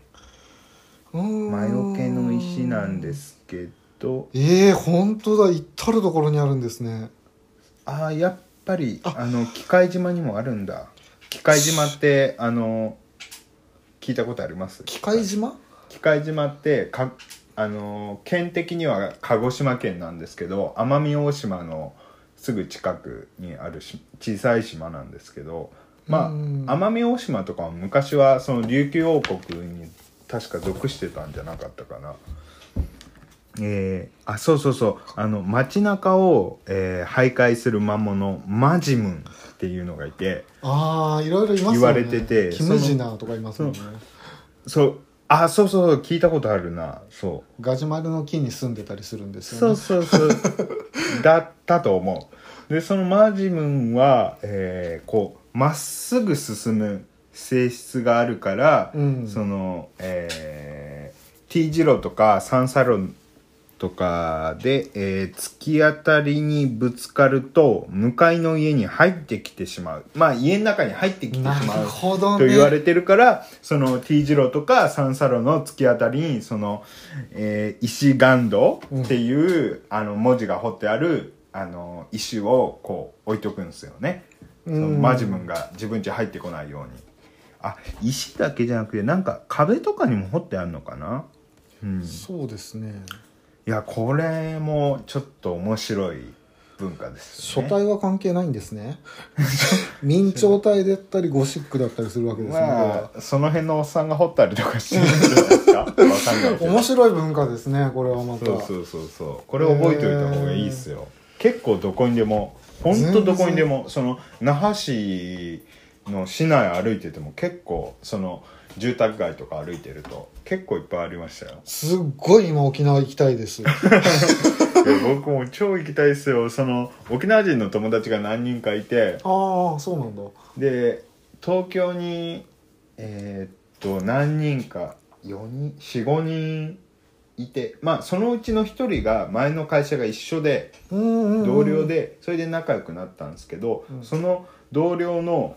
Speaker 1: 魔
Speaker 2: 魔
Speaker 1: 除けの石なんですけど
Speaker 2: ええー、本当だ至る所にあるんですね
Speaker 1: ああやっぱり
Speaker 2: あ
Speaker 1: あの機械島にもあるんだ機械島ってあの聞いたことあります
Speaker 2: 機械島
Speaker 1: 機械島ってかあの県的には鹿児島県なんですけど奄美大島のすぐ近くにあるし小さい島なんですけどまあ
Speaker 2: うん
Speaker 1: 奄美大島とかは昔はその琉球王国に確か属してたんじゃなかったかな。えーあそうそうそうあの街中を、えー徘徊する魔物マジムンっていうのがいて
Speaker 2: ああいろいろいますよね
Speaker 1: 言われてて
Speaker 2: キムジナーとかいますもんね
Speaker 1: そうあそうそうそう聞いたことあるなそう
Speaker 2: ガジュマルの木に住んでたりするんです
Speaker 1: そ
Speaker 2: よ
Speaker 1: う
Speaker 2: ね
Speaker 1: そうそう (laughs) だったと思うでそのマジムンは、えーこうまっすぐ進む性質があるから、
Speaker 2: うん
Speaker 1: その、えー T 字路とかサンサロンとかで、えー突き当たりにぶつかると向かいの家に入ってきてしまうまあ家の中に入ってきてしま
Speaker 2: な
Speaker 1: う
Speaker 2: るほど
Speaker 1: と
Speaker 2: ね
Speaker 1: 言われてるからその T 字路とかサンサロの突き当たりにその、えー石岩洞っていう、あの文字が彫ってあるあの石をこう置いとくんですよね、
Speaker 2: うん
Speaker 1: そのマジムンが自分家入ってこないようにあ石だけじゃなくてなんか壁とかにも彫ってあるのかなうん
Speaker 2: そうですね
Speaker 1: いやこれもちょっと面白い文化です
Speaker 2: 書
Speaker 1: よね
Speaker 2: 体は関係ないんで
Speaker 1: (laughs)
Speaker 2: すね明朝体だったりゴシックだったりするわけですね、
Speaker 1: まあその辺のおっさんが彫ったりとかしてるんじゃないです
Speaker 2: (laughs)
Speaker 1: かわかんない
Speaker 2: こ
Speaker 1: け
Speaker 2: れ
Speaker 1: ど
Speaker 2: は面白い文化ですねこれはまた
Speaker 1: そうそうそうそうこれ覚えておいた方がいいっすよ、結構どこにでもほんとどこにでもその那覇市の市内歩いてても結構その住宅街とか歩いてると結構いっぱいありましたよ
Speaker 2: すっごい今沖縄行きたいです
Speaker 1: いや僕も超行きたいっすよその沖縄人の友達が何人かいて
Speaker 2: ああそうなんだ
Speaker 1: で東京にえーっと何人か4人45人いてまあそのうちの1人が前の会社が一緒で
Speaker 2: うんうんうん
Speaker 1: 同僚でそれで仲良くなったんですけど、
Speaker 2: うん
Speaker 1: その同僚の、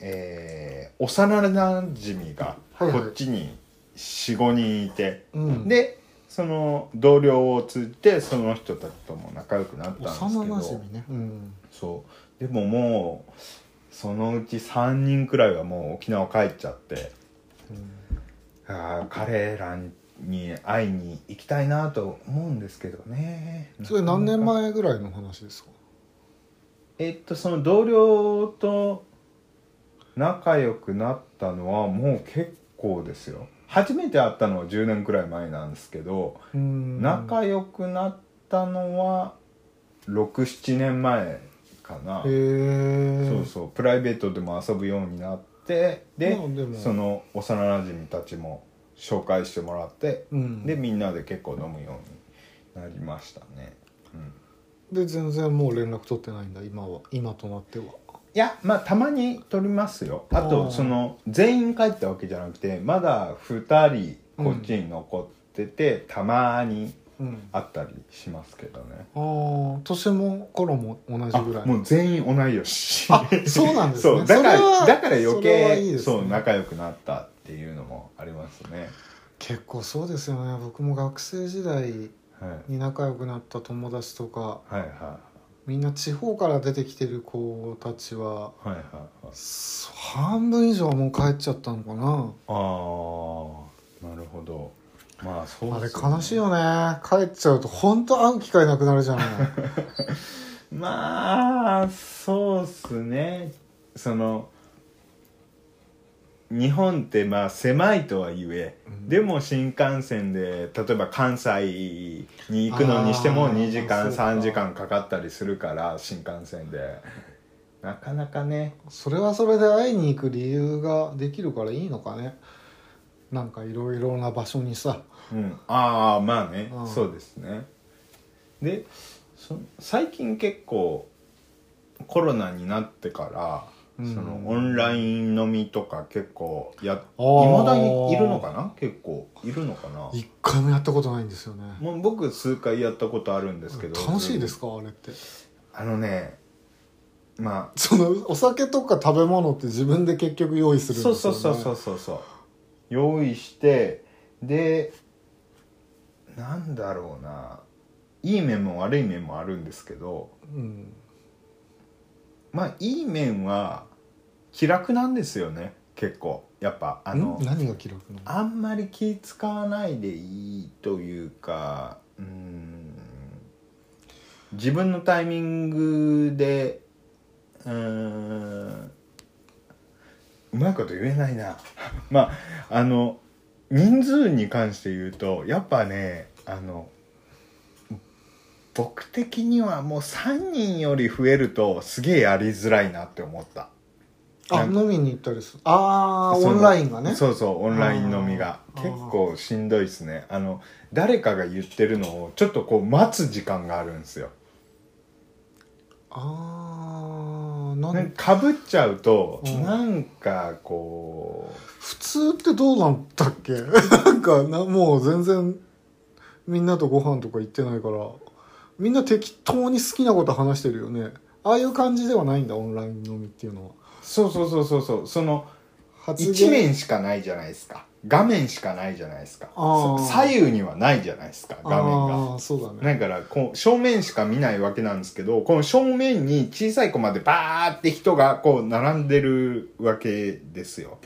Speaker 1: えー幼なじみが
Speaker 2: はいはい
Speaker 1: こっちに、 45人いて
Speaker 2: うん、
Speaker 1: でその同僚を通じてその人たちとも仲良くなったんですけ
Speaker 2: 幼なじ
Speaker 1: ど
Speaker 2: みね、うん、
Speaker 1: そうでももうそのうち3人くらいはもう沖縄帰っちゃってあー彼らに会いに行きたいなと思うんですけどね
Speaker 2: それ何年前ぐらいの話ですか
Speaker 1: えっとその同僚と仲良くなったのはもう結構ですよ初めて会ったのは10年くらい前なんですけど、
Speaker 2: うんへ
Speaker 1: 仲良くなったのは67年前かな、
Speaker 2: え
Speaker 1: そうそうプライベートでも遊ぶようになってで,、
Speaker 2: まあでも
Speaker 1: その幼なじみたちも紹介してもらって
Speaker 2: うん、
Speaker 1: で
Speaker 2: で
Speaker 1: みんなで結構飲むようになりましたね、うん、
Speaker 2: 全然もう連絡取ってないんだ今は今となってはい
Speaker 1: やまあたまに取りますよあ
Speaker 2: あー
Speaker 1: とその全員帰ったわけじゃなくてまだ2人こっちに残ってて、たまに
Speaker 2: うん
Speaker 1: 会ったりしますけどね
Speaker 2: ああ年も頃も同じ
Speaker 1: あ
Speaker 2: ぐらい
Speaker 1: もう全員同い年
Speaker 2: あ (laughs) そうなんですね
Speaker 1: そうだか
Speaker 2: それは
Speaker 1: らだから
Speaker 2: そ
Speaker 1: 余
Speaker 2: れは
Speaker 1: 計
Speaker 2: いいですね
Speaker 1: そう仲良くなったっていうのもありますね、
Speaker 2: 結構そうですよね僕も学生時代
Speaker 1: はい、
Speaker 2: に仲良くなった友達とか
Speaker 1: はいは
Speaker 2: みんな地方から出てきてる子たちはい
Speaker 1: はいはいはい
Speaker 2: そ半分以上はもう帰っちゃったのかな
Speaker 1: ああなるほどまあそう
Speaker 2: あ
Speaker 1: で
Speaker 2: れ
Speaker 1: す
Speaker 2: 悲しいよね帰っちゃうと本当会う機会なくなるじゃない
Speaker 1: まあそうっすねその日本ってまあ狭いとはいえ、
Speaker 2: うん
Speaker 1: でも新幹線で例えば関西に行くのにしても
Speaker 2: あー
Speaker 1: 2時間
Speaker 2: そうか
Speaker 1: 3時間かかったりするから新幹線でなかなかね
Speaker 2: それはそれで会いに行く理由ができるからいいのかねなんかいろいろな場所にさ
Speaker 1: うん、ああまあね、
Speaker 2: うん
Speaker 1: そうですねでそ最近結構コロナになってから、
Speaker 2: うん
Speaker 1: そのオンライン飲みとか結構やい
Speaker 2: あー
Speaker 1: まだにいるのかな結構いるのかな
Speaker 2: 一回もやったことないんですよね
Speaker 1: もう僕数回やったことあるんですけど
Speaker 2: 楽しいですかあれって
Speaker 1: あのねまあ
Speaker 2: そのお酒とか食べ物って自分で結局用意するんです
Speaker 1: そ
Speaker 2: よ、
Speaker 1: う
Speaker 2: ね、
Speaker 1: そうそうそうそうそう用意してでなんだろうないい面も悪い面もあるんですけど
Speaker 2: うん、
Speaker 1: まあいい面は気楽なんですよね結構やっぱあの
Speaker 2: ん何が気楽なの
Speaker 1: あんまり気使わないでいいというかうーん自分のタイミングでうーんうまいこと言えないな (laughs) まああの人数に関して言うとやっぱねあの僕的にはもう3人より増えるとすげえやりづらいなって思った。
Speaker 2: あ
Speaker 1: なんか
Speaker 2: 飲みに行ったりするああ
Speaker 1: そ
Speaker 2: オ
Speaker 1: の
Speaker 2: ンラインがね
Speaker 1: そうそうオンライン飲みが
Speaker 2: あー
Speaker 1: 結構しんどいですねあの誰かが言ってるのをちょっとこう待つ時間があるんですよ
Speaker 2: ああなん
Speaker 1: なんかぶっちゃうと
Speaker 2: うん
Speaker 1: なんかこう
Speaker 2: 普通ってどうなんだっけ (laughs) なんかなもう全然みんなとご飯とか行ってないからみんな適当に好きなこと話してるよねああいう感じではないんだオンライン飲みっていうのは
Speaker 1: そうそうそうそうそうその
Speaker 2: 発
Speaker 1: 一面しかないじゃないですか画面しかないじゃないですか
Speaker 2: あー
Speaker 1: そ左右にはないじゃないですか画面が
Speaker 2: ああそうだね
Speaker 1: だからこう正面しか見ないわけなんですけどこの正面に小さい子までバーって人がこう並んでるわけですよ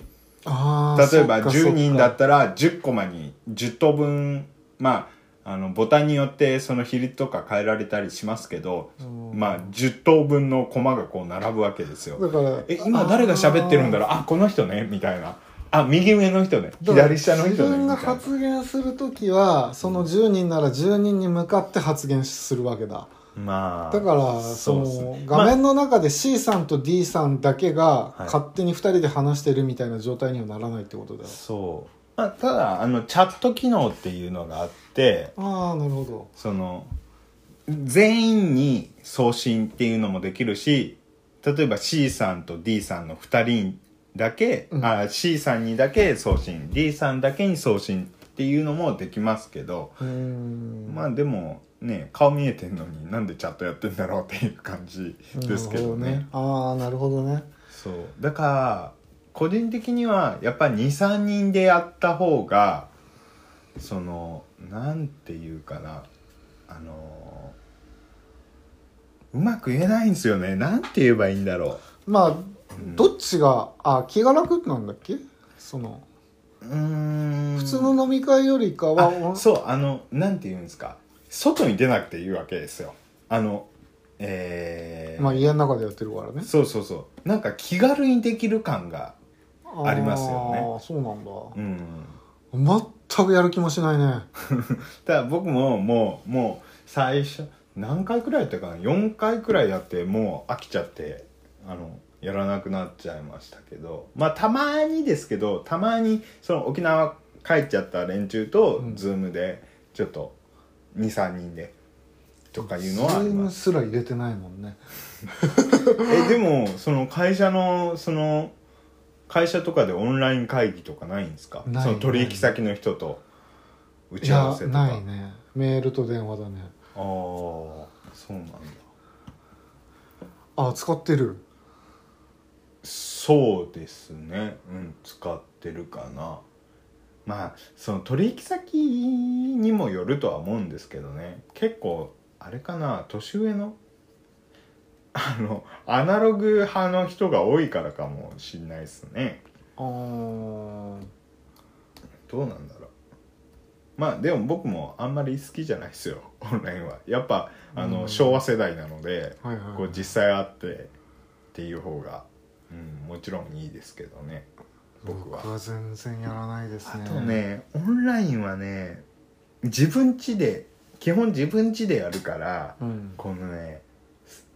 Speaker 2: ああ
Speaker 1: 例えば10人だったたら10コマに10等分まああのボタンによってその比率とか変えられたりしますけど、まあ10等分のコマがこう並ぶわけですよ
Speaker 2: だから
Speaker 1: え今誰が喋ってるんだろうあこの人ねみたいなあ右上の人ね
Speaker 2: だから
Speaker 1: 左下の人
Speaker 2: 自
Speaker 1: ね
Speaker 2: 分
Speaker 1: み
Speaker 2: が
Speaker 1: たいな
Speaker 2: 発言するときはその10人なら10人に向かって発言するわけだ
Speaker 1: まあ
Speaker 2: だからそ
Speaker 1: そうです
Speaker 2: の
Speaker 1: ね
Speaker 2: 画面の中で C さんと D さんだけが
Speaker 1: い
Speaker 2: 勝手に2人で話してるみたいな状態にはならないってことだよ
Speaker 1: そう、まあ、ただあのチャット機能っていうのがあって
Speaker 2: ああなるほど
Speaker 1: その全員に送信っていうのもできるし例えば C さんと D さんの2人だけ、
Speaker 2: うん
Speaker 1: あ C さんにだけ送信 D さんだけに送信っていうのもできますけど、
Speaker 2: うーん
Speaker 1: まあでもね顔見えてんのになんでチャットやってんだろうっていう感じですけどね
Speaker 2: なるほどねああなるほどね
Speaker 1: そうだから個人的にはやっぱ23人でやった方がそのなんていうかなあのうまく言えないんですよねなんて言えばいいんだろ
Speaker 2: まあ
Speaker 1: う、うん
Speaker 2: どっちがあ気が楽なんだっけその
Speaker 1: うーん
Speaker 2: 普通の飲み会よりかは、
Speaker 1: あそうあのなんて言うんですか外に出なくていいわけですよあのえー
Speaker 2: まあ、家の中でやってるからね
Speaker 1: そうそうそうなんか気軽にできる感が
Speaker 2: あ
Speaker 1: ありますよね
Speaker 2: ああそうなんだ、
Speaker 1: うん
Speaker 2: 全くやる気もしないね
Speaker 1: だから僕ももうもう最初何回くらいやったかな4回くらいやってもう飽きちゃってあのやらなくなっちゃいましたけどまあたまにですけどたまにその沖縄帰っちゃった連中と
Speaker 2: うん
Speaker 1: ズームでちょっと23人でとかいうのはあ
Speaker 2: ズ
Speaker 1: り
Speaker 2: ー
Speaker 1: ま
Speaker 2: ム
Speaker 1: す
Speaker 2: すら入れてないもんね
Speaker 1: えでもその会社のその会社とかでオンライン会議とかないんですか
Speaker 2: ない
Speaker 1: その取引先の人と打
Speaker 2: い
Speaker 1: ち合
Speaker 2: や
Speaker 1: わせとか
Speaker 2: ないねメールと電話だね
Speaker 1: ああそうなんだ
Speaker 2: あ使ってる
Speaker 1: そうですねうん使ってるかなまあその取引先にもよるとは思うんですけどね結構あれかな年上の (laughs) あのアナログ派の人が多いからかもしんないですね
Speaker 2: あー
Speaker 1: どうなんだろうまあでも僕もあんまり好きじゃないですよ (laughs) オンラインはやっぱあの、
Speaker 2: うん
Speaker 1: 昭和世代なので
Speaker 2: はいはい
Speaker 1: こう実際会ってっていう方が、うん、もちろんいいですけどね僕は
Speaker 2: 僕は全然やらないです
Speaker 1: あ
Speaker 2: ね
Speaker 1: とねオンラインはね自分家で基本自分家でやるから
Speaker 2: うん
Speaker 1: このねす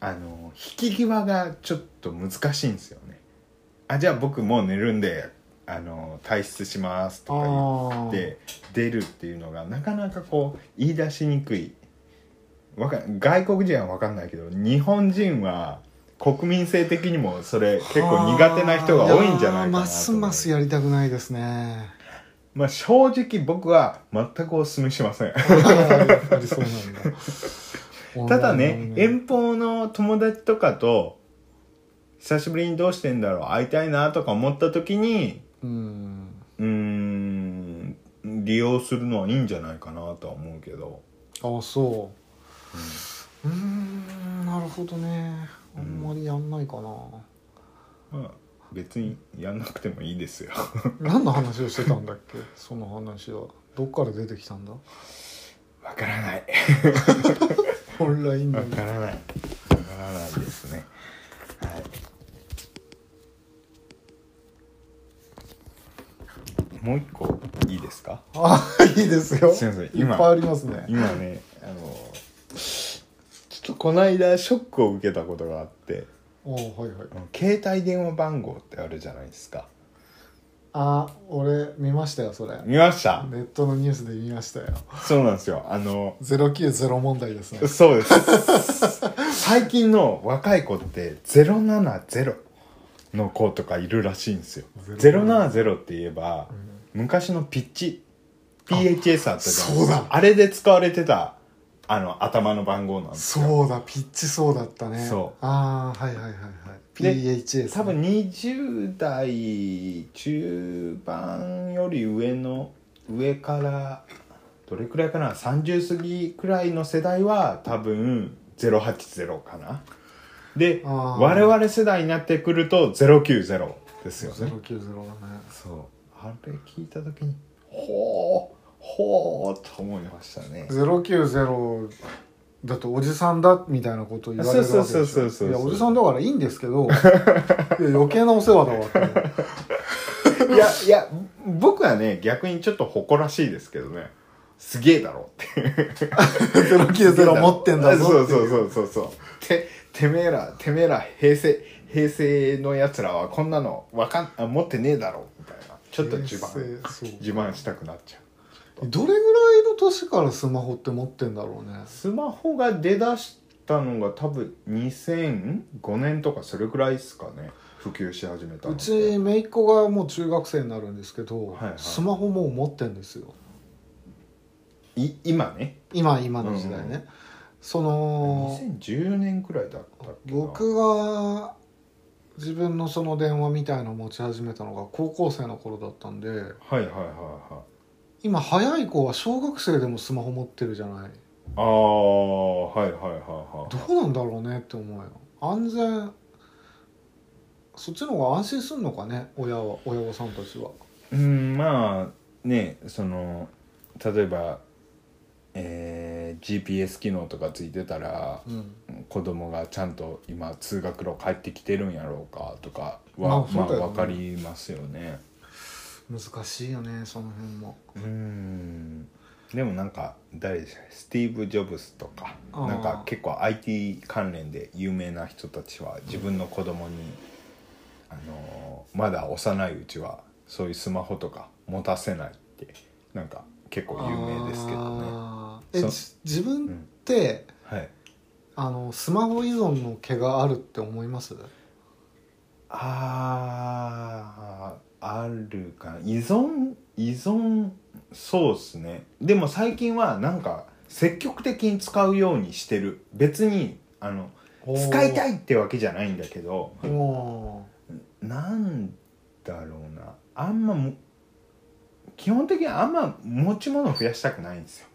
Speaker 1: あの引き際がちょっと難しいんですよねあじゃあ僕もう寝るんであの退出しますとか言って
Speaker 2: ああ
Speaker 1: で出るっていうのがなかなかこう言い出しにくいわかん外国人は分かんないけど日本人は国民性的にもそれ結構苦手な人が多いんじゃないかなと思う
Speaker 2: やーますますやりたくないで
Speaker 1: (laughs)
Speaker 2: すね
Speaker 1: まあ、正直僕は全くお勧めしま
Speaker 2: (laughs)
Speaker 1: せん
Speaker 2: やっぱりそうなんだ
Speaker 1: ただね遠方の友達とかと久しぶりにどうしてんだろう会いたいなとか思った時に
Speaker 2: うん
Speaker 1: うーん利用するのはいいんじゃないかなとは思うけど
Speaker 2: あそううーんなるほどねあんまりやんないかな、
Speaker 1: まあ別にやんなくてもいいですよ
Speaker 2: 何の話をしてたんだっけその話はどっから出てきたん
Speaker 1: (laughs)
Speaker 2: だ
Speaker 1: (laughs) わからない
Speaker 2: オンラインの
Speaker 1: わからないわからないですねはいもう一個いいですか
Speaker 2: あいいですよ
Speaker 1: すいません
Speaker 2: いっ
Speaker 1: 今
Speaker 2: ぱいありますね
Speaker 1: 今ねあのちょっとこの間ショックを受けたことがあって
Speaker 2: おおはいはい
Speaker 1: あの携帯電話番号ってあるじゃないですか
Speaker 2: あ俺見ましたよそれネ
Speaker 1: 見ました
Speaker 2: ットのニュースで見ましたよ
Speaker 1: そうなんですよあの
Speaker 2: 090問題ですね
Speaker 1: そうです最近の若い子って070の子とかいるらしいんですよ
Speaker 2: 070
Speaker 1: 070って言えば
Speaker 2: うん
Speaker 1: 昔のピッチ PHS あったじゃない
Speaker 2: そうだ
Speaker 1: あれで使われてたあの頭の番号なんですよ
Speaker 2: そうだピッチそうだったね
Speaker 1: そう
Speaker 2: ああはいはいはいはい
Speaker 1: で
Speaker 2: PHS ね
Speaker 1: 多分20代中盤より上の上からどれくらいかな30過ぎくらいの世代は多分080かなで
Speaker 2: あー
Speaker 1: 我々世代になってくると090ですよね
Speaker 2: 090だね
Speaker 1: そうあれ聞いた時にほうほうと思いました
Speaker 2: (laughs)
Speaker 1: ね
Speaker 2: 090だとおじさんだみたいなこと言われるわけでしょ
Speaker 1: そうそうそうそうそう
Speaker 2: いやおじさんだからいいんです
Speaker 1: (laughs)
Speaker 2: けどいや余計なお世話だわって
Speaker 1: いやいや僕はね逆にちょっと誇らしいですけどねすげえだろって
Speaker 2: 090持ってんだぞっ
Speaker 1: (laughs) そ
Speaker 2: てい
Speaker 1: うそうそうそうそうててめえらてめえら平成平成のやつらはこんなのわかんあ持ってねえだろみたいなちょっと自慢
Speaker 2: 平成そう
Speaker 1: 自慢したくなっちゃう
Speaker 2: どれぐらいの年からスマホって持ってんだろうね
Speaker 1: スマホが出だしたのが多分2005年とかそれぐらいですかね普及し始めたの
Speaker 2: う
Speaker 1: って
Speaker 2: ち姪っ子がもう中学生になるんですけど、
Speaker 1: はいはい
Speaker 2: スマホもう持ってんですよ
Speaker 1: い今ね
Speaker 2: 今今の時代ね、
Speaker 1: うんう
Speaker 2: その
Speaker 1: 2010年くらいだったっけな
Speaker 2: 僕が自分のその電話みたいのを持ち始めたのが高校生の頃だったんで
Speaker 1: はいはいはいは
Speaker 2: 今早い子は小学生でもスマホ持ってるじゃない
Speaker 1: いああはいはいはいは
Speaker 2: どうなんだろうねって思うよ安全そっちの方が安心すんのかね親は親御さんたちは、
Speaker 1: いうんまあねその例えばえー GPS 機能とかついてたら
Speaker 2: うん、
Speaker 1: 子供がちゃんと今通学路帰ってきてるんやろうかとか
Speaker 2: まあ
Speaker 1: は
Speaker 2: そ
Speaker 1: ま
Speaker 2: う
Speaker 1: あ
Speaker 2: だよね
Speaker 1: 分かりますよね。
Speaker 2: 難しいよねその辺も
Speaker 1: うんでもなんか誰でしたっけスティーブ・ジョブスとか
Speaker 2: あー
Speaker 1: なんか結構 IT 関連で有名な人たちは自分の子供に、あのーまだ幼いうちはそういうスマホとか持たせないってなんか結構有名ですけどね。
Speaker 2: あーえ
Speaker 1: そう
Speaker 2: じ自分
Speaker 1: う
Speaker 2: っ
Speaker 1: ん
Speaker 2: て、
Speaker 1: はい、
Speaker 2: あのスマホ依存の毛があるって思います
Speaker 1: あーあるかな依存依存そうっすねでも最近はなんか積極的に使うようにしてる別にあの使いた
Speaker 2: い
Speaker 1: いってわけじゃないんだけど
Speaker 2: お
Speaker 1: なんだろうなあんまも基本的にあんま持ち物増やしたくないんですよ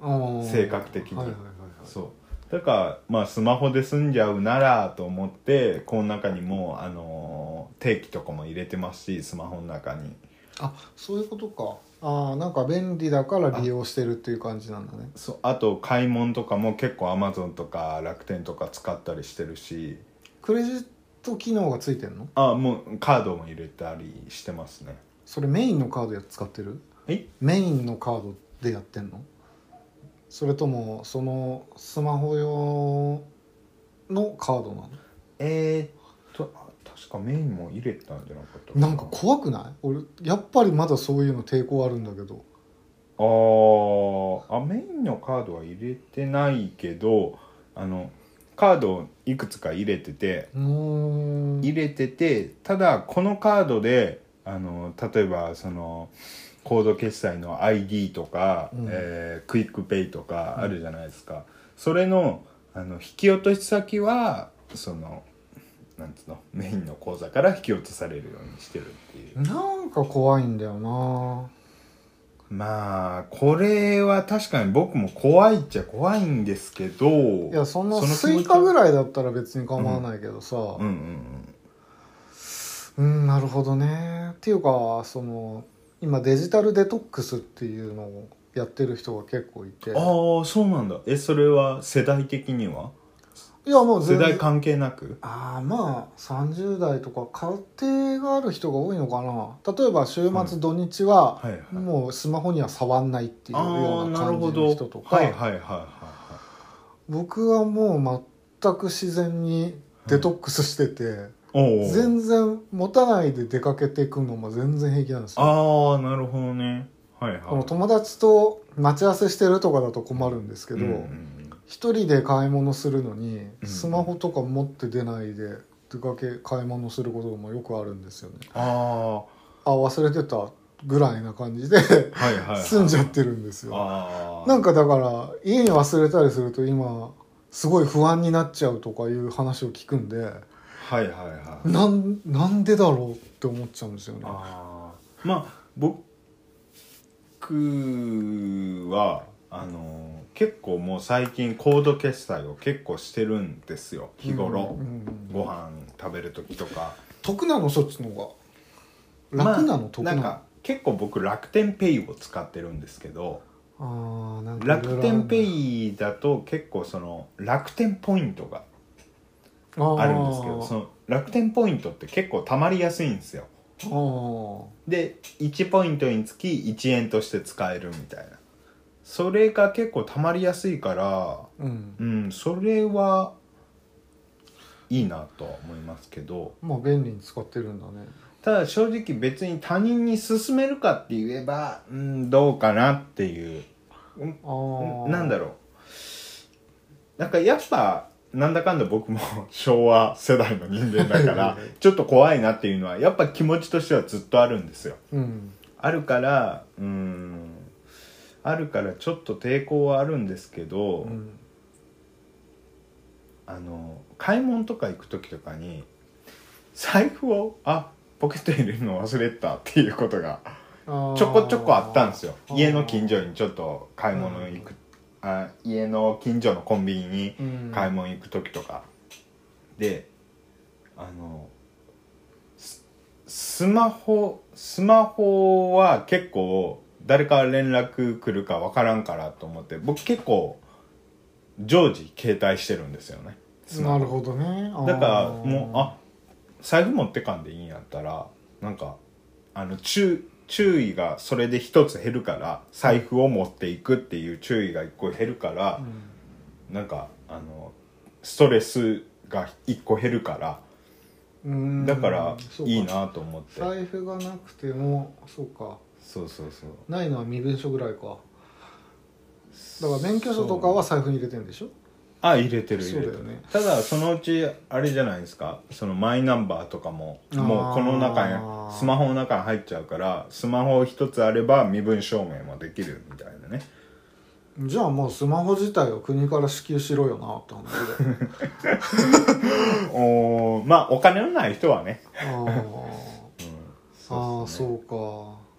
Speaker 2: ーおー
Speaker 1: 性格的に
Speaker 2: はいはいはいはい
Speaker 1: そうだからまあスマホで済んじゃうならと思ってこの中にもうあのー定期とかも入れてますしスマホの中に
Speaker 2: あそういうことかああんか便利だから利用してるっていう感じなんだね
Speaker 1: そうあと買い物とかも結構アマゾンとか楽天とか使ったりしてるし
Speaker 2: クレジット機能がついてんの
Speaker 1: あもうカードも入れたりしてますね
Speaker 2: それメインのカードや使ってる
Speaker 1: え
Speaker 2: メインのカードでやってんのそれともそのスマホ用のカードなの
Speaker 1: えー、っとあ確かメインも入れたんじゃなかった
Speaker 2: なんか怖くない俺やっぱりまだそういうの抵抗あるんだけど
Speaker 1: あーあメインのカードは入れてないけどあのカードをいくつか入れてて
Speaker 2: うーん
Speaker 1: 入れててただこのカードであの例えばそのコード決済の ID とか、
Speaker 2: うん
Speaker 1: えークイックペイとかあるじゃないですか、それのあの引き落とし先はそのなんつうのメインの口座から引き落とされるようにしてるっていう
Speaker 2: なんか怖いんだよな
Speaker 1: まあこれは確かに僕も怖いっちゃ怖いんですけど
Speaker 2: いやそんな
Speaker 1: その気
Speaker 2: ス
Speaker 1: 持ち
Speaker 2: イカぐらいだったら別に構わないけどさ
Speaker 1: うんうんうん
Speaker 2: うんなるほどねっていうかその今デジタルデトックスっていうのをやってる人が結構いていや
Speaker 1: ああそうなんだえそれは世代的には
Speaker 2: もう
Speaker 1: 世
Speaker 2: 全
Speaker 1: 代
Speaker 2: 然
Speaker 1: 関係なく
Speaker 2: ああまあ30代とか家庭がある人が多いのかな例えば週
Speaker 1: は
Speaker 2: 末
Speaker 1: い
Speaker 2: 土日は
Speaker 1: はいはい
Speaker 2: もうスマホには触んないっていうよ
Speaker 1: ああ
Speaker 2: うな
Speaker 1: なる
Speaker 2: 感
Speaker 1: ほ
Speaker 2: じの
Speaker 1: ど
Speaker 2: 人とか、
Speaker 1: はいはいはいは
Speaker 2: 僕はもう全く自然にデトックスしてて、
Speaker 1: いはいおうおう
Speaker 2: 全然持たないで出かけていくのも全然平気なんですよ
Speaker 1: ああなるほどねはいはい
Speaker 2: この友達と待ち合わせしてるとかだと困るんですけど、
Speaker 1: うんうん
Speaker 2: 一人で買い物するのに
Speaker 1: うん
Speaker 2: スマホとか持って出ないで出かけ買い物することもよくあるんですよね
Speaker 1: あ
Speaker 2: あ忘れてたぐらいな感じで
Speaker 1: あはいはい、
Speaker 2: (laughs)
Speaker 1: はい、
Speaker 2: 済んじゃってるんですよ
Speaker 1: ああ
Speaker 2: なん
Speaker 1: か
Speaker 2: かだから家に忘れたりすると今すごい不安になっちゃうとかいう話を聞くんで
Speaker 1: はいはいはい
Speaker 2: なんなんでだろうって思っちゃうんですよね
Speaker 1: ああまあ僕はあの結構もう最近コード決済を結構してるんですよ日頃、
Speaker 2: うんうん
Speaker 1: ご飯食べる時とか
Speaker 2: 得なのそっちの方が楽なの、
Speaker 1: まあ
Speaker 2: 得な
Speaker 1: なん
Speaker 2: の
Speaker 1: か結構僕楽天ペイを使ってるんですけど
Speaker 2: あーなんかいろいろあ
Speaker 1: 楽天ペ
Speaker 2: イ
Speaker 1: イだと結構その楽天ポイントがあ
Speaker 2: あ
Speaker 1: るんですけど
Speaker 2: ー
Speaker 1: その楽天ポイントって結構たまりやすいんですよ
Speaker 2: あ
Speaker 1: で1ポイントにつき1円として使えるみたいなそれが結構たまりやすいから
Speaker 2: あうん
Speaker 1: うんそれはいいなとは思いますけど
Speaker 2: まあ便利に使ってるんだね
Speaker 1: ただ正直別に他人に勧めるかって言えばうんどうかなっていう
Speaker 2: あー
Speaker 1: なんだろうなんかやっぱなんだかんだ僕も (laughs) 昭和世代の人間だか
Speaker 2: はい (laughs)
Speaker 1: ら
Speaker 2: はいはい
Speaker 1: ちょっと怖いなっていうのはやっぱ気持ちとしてはずっとあるんですよ
Speaker 2: うん
Speaker 1: あるからうーんあるからちょっと抵抗はあるんですけど、
Speaker 2: うん
Speaker 1: あの買い物とか行く時とかに財布をあポケットに入れるの忘れてたっていうことが
Speaker 2: ちょ
Speaker 1: ちょこちょこあったんですよ
Speaker 2: あー
Speaker 1: 家の近所にちょっと買い物行く、あ家の近所のコンビニに
Speaker 2: うん
Speaker 1: 買い物行く時とか、であのススマホスマホは結構誰から連絡来るかわからんからと思って僕結構常時携帯してるんですよねスマホ
Speaker 2: なるほどね
Speaker 1: だからもうあ財布持ってかんでいいんやったらなんかあの注注意がそれで一つ減るから財布を持っていくっていう注意が一個減るから
Speaker 2: う、ん
Speaker 1: なんかあのストレスが一個減るから
Speaker 2: うん
Speaker 1: だから
Speaker 2: そうか
Speaker 1: いいなと思って、
Speaker 2: 財布がなくてもそうか
Speaker 1: そうそうそう
Speaker 2: ないのは身分証ぐらいかだから免許証とかは財布に入れてるんでしょ
Speaker 1: あ入れてる入れてる
Speaker 2: そうだよね
Speaker 1: ただそのうちあれじゃないですかそのマイナンバーとかも
Speaker 2: あー
Speaker 1: もうこの中にスマホの中に入っちゃうからスマホ一つあれば身分証明もできるみたいなね
Speaker 2: じゃあもうスマホ自体を国から支給しろよなって
Speaker 1: (laughs)
Speaker 2: 話で
Speaker 1: おーまあお金のない人はね、
Speaker 2: あー
Speaker 1: うん
Speaker 2: あー
Speaker 1: ですね
Speaker 2: そ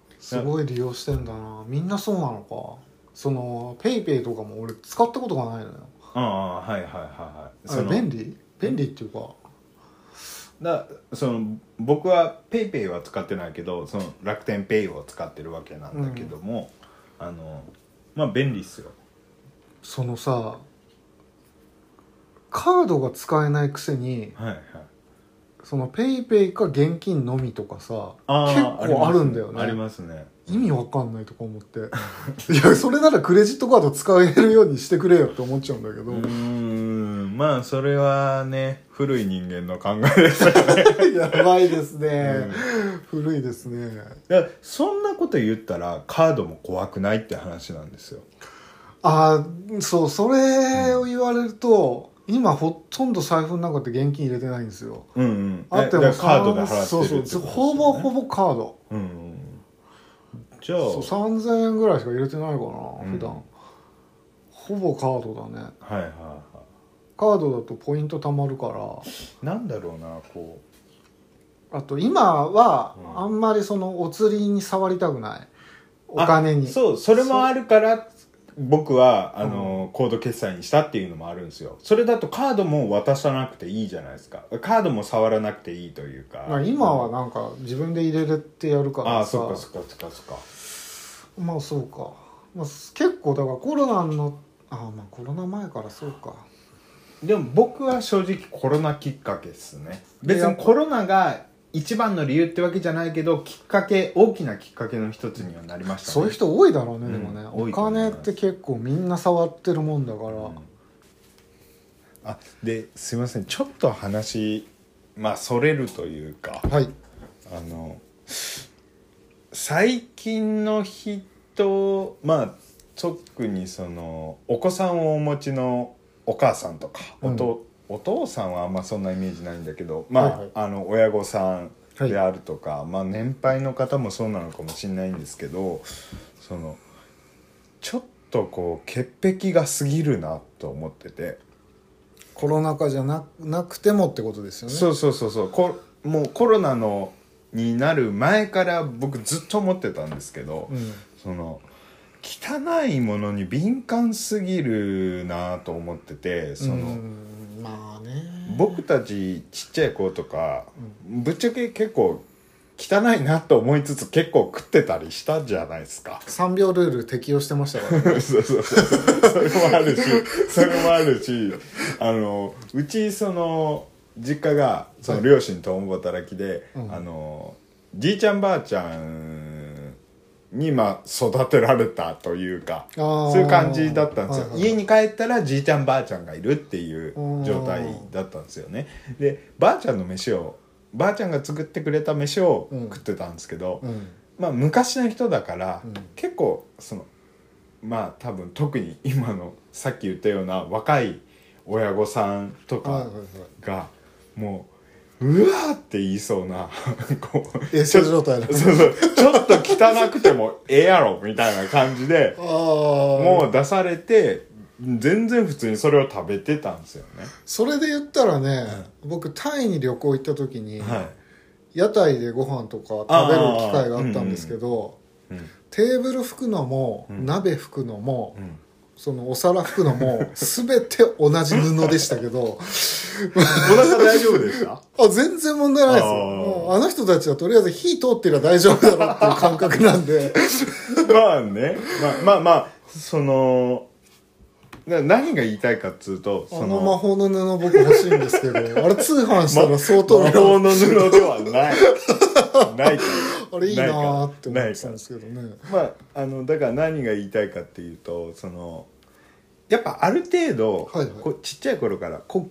Speaker 2: うかすごい利用してんだなみんなそうなのかそのペイペイとかも俺使ったことがないのよ
Speaker 1: ああはいはいはいはい
Speaker 2: あれ
Speaker 1: の
Speaker 2: 便利便利っていうか
Speaker 1: だその僕は PayPay は使ってないけどその楽天 Pay を使ってるわけなんだけども、あのまあ便利っすよ
Speaker 2: そのさカードが使えないくせに
Speaker 1: はいはい
Speaker 2: そのペイペイか現金のみとかさ
Speaker 1: ー
Speaker 2: 結構あるんだよ
Speaker 1: あり
Speaker 2: ね
Speaker 1: ますね
Speaker 2: 意味わかんないとか思って (laughs) いやそれならクレジットカード使えるようにしてくれよって思っちゃうんだけど、
Speaker 1: うーんまあそれはね古い人間の考えですよね
Speaker 2: (laughs) やばいですね、
Speaker 1: う
Speaker 2: 古いですね
Speaker 1: だからそんなこと言ったらカードも怖くないって話なんですよ
Speaker 2: ああそうそれを言われると、今ほとんど財布の中って現金入れてないんですよ
Speaker 1: うんうん
Speaker 2: あって
Speaker 1: だ
Speaker 2: も
Speaker 1: からカードで払ってるって
Speaker 2: そう
Speaker 1: こ
Speaker 2: そう
Speaker 1: とですよね
Speaker 2: ほぼほぼカード
Speaker 1: うんうんじゃあ
Speaker 2: そう3000円ぐらいしか入れてないかな
Speaker 1: うん
Speaker 2: 普段、ほぼカードだね
Speaker 1: はいはいは
Speaker 2: カードだとポイント貯まるから
Speaker 1: いなんだろうなこ
Speaker 2: あと今は
Speaker 1: うん
Speaker 2: あんまりそのお釣りに触りたくないお
Speaker 1: う
Speaker 2: 金
Speaker 1: あ
Speaker 2: に
Speaker 1: そうそれもあるから僕はあの、コード決済にしたっていうのもあるんですよそれだとカードも渡さなくていいじゃないですかカードも触らなくていいというか
Speaker 2: まあ今はなんか自分で入れれってやるから
Speaker 1: ああ
Speaker 2: さ
Speaker 1: そっかそっかそっかそっか
Speaker 2: まあそうか、まあ、す結構だからコロナのああまあコロナ前からそうか
Speaker 1: でも僕は正直コロナきっかけっすね
Speaker 2: で
Speaker 1: 別にコロナが一番の理由ってわけじゃないけどきっかけ大きなきっかけの一つにはなりましたね
Speaker 2: そういう人多いだろうね、
Speaker 1: うん
Speaker 2: でもね
Speaker 1: 多
Speaker 2: お
Speaker 1: いと思い
Speaker 2: 金
Speaker 1: ま
Speaker 2: っ
Speaker 1: す
Speaker 2: て結構みんな触ってるもんだから、
Speaker 1: あですいませんちょっと話まあそれるというか
Speaker 2: はい
Speaker 1: あの最近の人まあ特にそのお子さんをお持ちのお母さんとかおと、お父さんはあんまそんなイメージないんだけどまあ,、
Speaker 2: はいはい
Speaker 1: あの親御さんであるとか、まあ年配の方もそうなのかもしれないんですけどそのちょっとこう潔癖が過ぎるなと思ってて。
Speaker 2: コロナ禍じゃななくてもってことですよね
Speaker 1: そうそうそうそうこもうコロナのになる前から僕ずっと思ってたんですけど、
Speaker 2: うん
Speaker 1: その汚いものに敏感すぎるなと思っててその、
Speaker 2: うんまあね
Speaker 1: 僕たちちっちゃい子とか、ぶっちゃけ結構汚いなと思いつつ結構食ってたりしたじゃないですか
Speaker 2: 3秒ルール適用してましたからね
Speaker 1: そうそうそうそれもあるしそれもあるしあのうちその実家がその両親共働きで、
Speaker 2: うん
Speaker 1: あのじいちゃんばあちゃんにまあ育てられたというか
Speaker 2: あー
Speaker 1: そういう感じだったんですよ、
Speaker 2: はいはいはい
Speaker 1: 家に帰ったらじいちゃんばあちゃんがいるっていう状態だったんですよねでばあちゃんの飯をばあちゃんが作ってくれた飯を
Speaker 2: うん
Speaker 1: 食ってたんですけど、
Speaker 2: うん
Speaker 1: まあ、昔の人だから、
Speaker 2: うん
Speaker 1: 結構そのまあ多分特に今のさっき言ったような若い親御さんと
Speaker 2: はいは
Speaker 1: か
Speaker 2: いはい
Speaker 1: がもう「うわ!」って言いそうな (laughs) こう
Speaker 2: 衛生状態だ
Speaker 1: そうそうちょっと汚くてもええやろみたいな感じで
Speaker 2: ああ
Speaker 1: も
Speaker 2: も
Speaker 1: う出されて全然普通にそれを食べてたんですよ
Speaker 2: それで言ったらね、僕タイに旅行行った時に、
Speaker 1: ねは
Speaker 2: 屋台でご飯とか食べる機会があったんですけど、
Speaker 1: い、うん
Speaker 2: テーブル拭くのも、
Speaker 1: うん
Speaker 2: 鍋拭くのも、
Speaker 1: うん、
Speaker 2: そのお皿拭くのも全て同じ布でしたけど
Speaker 1: (laughs) お腹大丈夫でした
Speaker 2: あ全然問題ないですよ
Speaker 1: あー
Speaker 2: もうあの人たちはとりあえず火通ってりゃ大丈夫だろうっていう感覚なんで
Speaker 1: (laughs) まあね、まあ、まあまあそのな何が言いたいかっつうと
Speaker 2: あ
Speaker 1: そ
Speaker 2: の魔法の布僕欲しいんで
Speaker 1: (laughs)
Speaker 2: すけどあれ通販したら相当
Speaker 1: 魔
Speaker 2: な
Speaker 1: 法の布ではないないから
Speaker 2: あれいいなーって思
Speaker 1: な
Speaker 2: っ
Speaker 1: い
Speaker 2: て
Speaker 1: か
Speaker 2: たん
Speaker 1: ら
Speaker 2: ですけどね
Speaker 1: まああのだから何が言いたいかっていうとそのやっぱある程度、
Speaker 2: はいはい
Speaker 1: こうちっちゃい頃からこう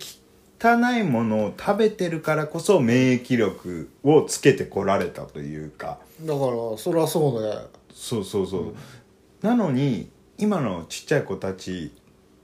Speaker 1: 汚いものを食べてるからこそ免疫力をつけてこられたというか
Speaker 2: だからそりゃそうね
Speaker 1: そうそうそう、なのに今のちっちゃい子たち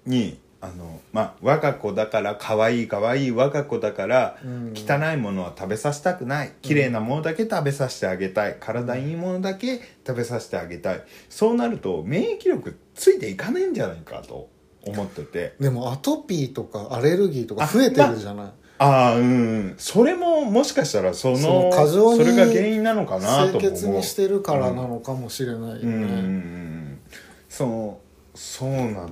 Speaker 1: にあのまあ我が子だから可愛い可愛い我が子だから、
Speaker 2: うん
Speaker 1: 汚いものは食べさせたくない綺麗なものだけ食べさせてあげたい体にいいものだけ食べさせてあげたいそうなると免疫力ついていかないんじゃないかと思ってて
Speaker 2: でもアトピーとかアレルギーとか増えてるじゃない
Speaker 1: ああうんそれももしかしたらその
Speaker 2: その過剰に
Speaker 1: それが原因なのかなとも
Speaker 2: 清潔
Speaker 1: 思う
Speaker 2: にしてるからなのかもしれないよ
Speaker 1: うんう
Speaker 2: ね、
Speaker 1: んうんうんそうそうなのよ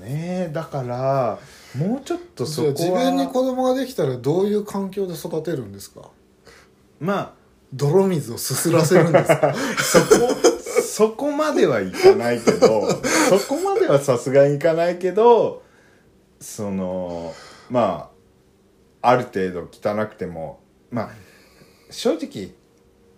Speaker 1: ねだからもうちょっとそ
Speaker 2: じ
Speaker 1: こ
Speaker 2: ゃあ
Speaker 1: は
Speaker 2: 自分に子供ができたらどういう環境で育てるんですか
Speaker 1: ま
Speaker 2: 泥水をすすらせるんです
Speaker 1: (laughs)
Speaker 2: か
Speaker 1: あそこそこまではいかないけど
Speaker 2: (laughs)
Speaker 1: そこまではさすがにいかないけどそのまあある程度汚くてもまあ正直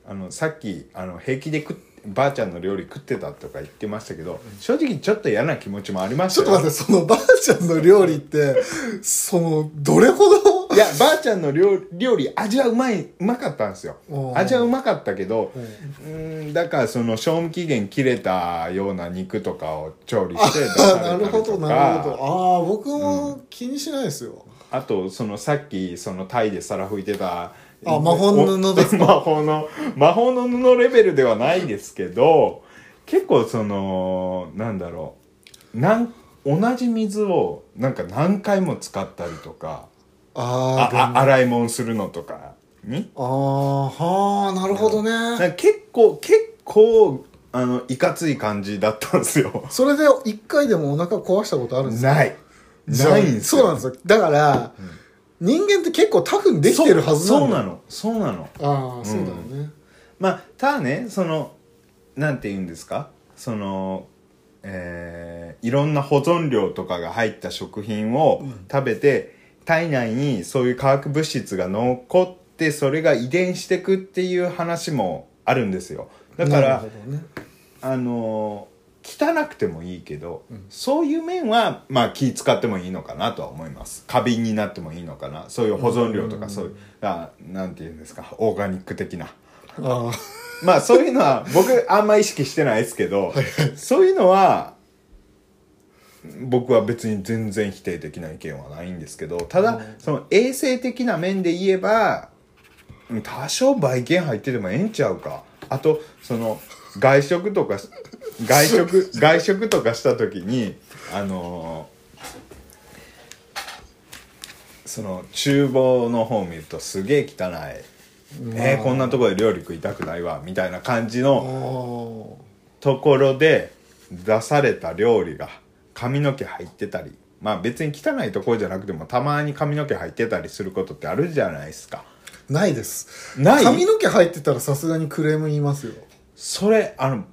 Speaker 1: あのさっきあの平気で食っばあちゃんの料理食ってたとか言ってましたけど正直ちょっと嫌な気持ちもありまし
Speaker 2: ちょったと
Speaker 1: よ
Speaker 2: 待ってそのばあちゃんの料理ってそのどれほど
Speaker 1: いや、ばあちゃんの料料理、味はうまい、うまかったんですよ
Speaker 2: う。ん
Speaker 1: 味はうまかったけど、
Speaker 2: うん
Speaker 1: うーん、だからその賞味期限切れたような肉とかを調理して出さ
Speaker 2: あ
Speaker 1: れたり
Speaker 2: なる
Speaker 1: とか。
Speaker 2: ほどなるほどああ僕も気にしないですよ、
Speaker 1: あと、そのさっき、そのタイで皿拭いてた、
Speaker 2: あ魔法の布です
Speaker 1: お (laughs) 魔法の、魔法の布レベルではないですけど、結構その、なんだろう、なん、同じ水をなんか何回も使ったりとか、
Speaker 2: あー
Speaker 1: あ
Speaker 2: あ
Speaker 1: あ洗い物するのとかに
Speaker 2: あーはあなるほどね、
Speaker 1: (laughs) なんか結構結構あのいかつい感じだったんですよ
Speaker 2: それで一回でもお腹壊したことあるんですか
Speaker 1: ないないんです
Speaker 2: そうなんです
Speaker 1: よ
Speaker 2: よだから、人間って結構タフにできてるはずなんだ
Speaker 1: そうな
Speaker 2: の
Speaker 1: のそうなの
Speaker 2: ああそうだよね、
Speaker 1: まあただねそのなんて言うんですかそのえーいろんな保存料とかが入った食品を食べて、体内にそういう化学物質が残ってそれが遺伝してくっていう話もあるんですよだか
Speaker 2: な
Speaker 1: ら
Speaker 2: るほどね
Speaker 1: あのー汚くてもいいけど、そういう面は、まあ、気使ってもいいのかなとは思います過敏になってもいいのかなそういう保存料とかそういう、あなんていうんですかオーガニック的な
Speaker 2: ああ
Speaker 1: まあそういうのは僕あんま意識してないですけどそういうのは僕は別に全然否定的な意見はないんですけどただその衛生的な面で言えばうん多少バイキン入っててもええんちゃうかあとその外食とかし外食外食とかした時にあのーその厨房の方を見るとすげえ汚い、えーこんなところで料理食いたくないわみたいな感じの、
Speaker 2: お
Speaker 1: ところで出された料理が髪の毛入ってたりまあ別に汚いところじゃなくてもたまに髪の毛入ってたりすることってあるじゃないですか
Speaker 2: ーないです
Speaker 1: ない
Speaker 2: 髪の毛入ってたらさすがにクレーム言いますよ
Speaker 1: それあの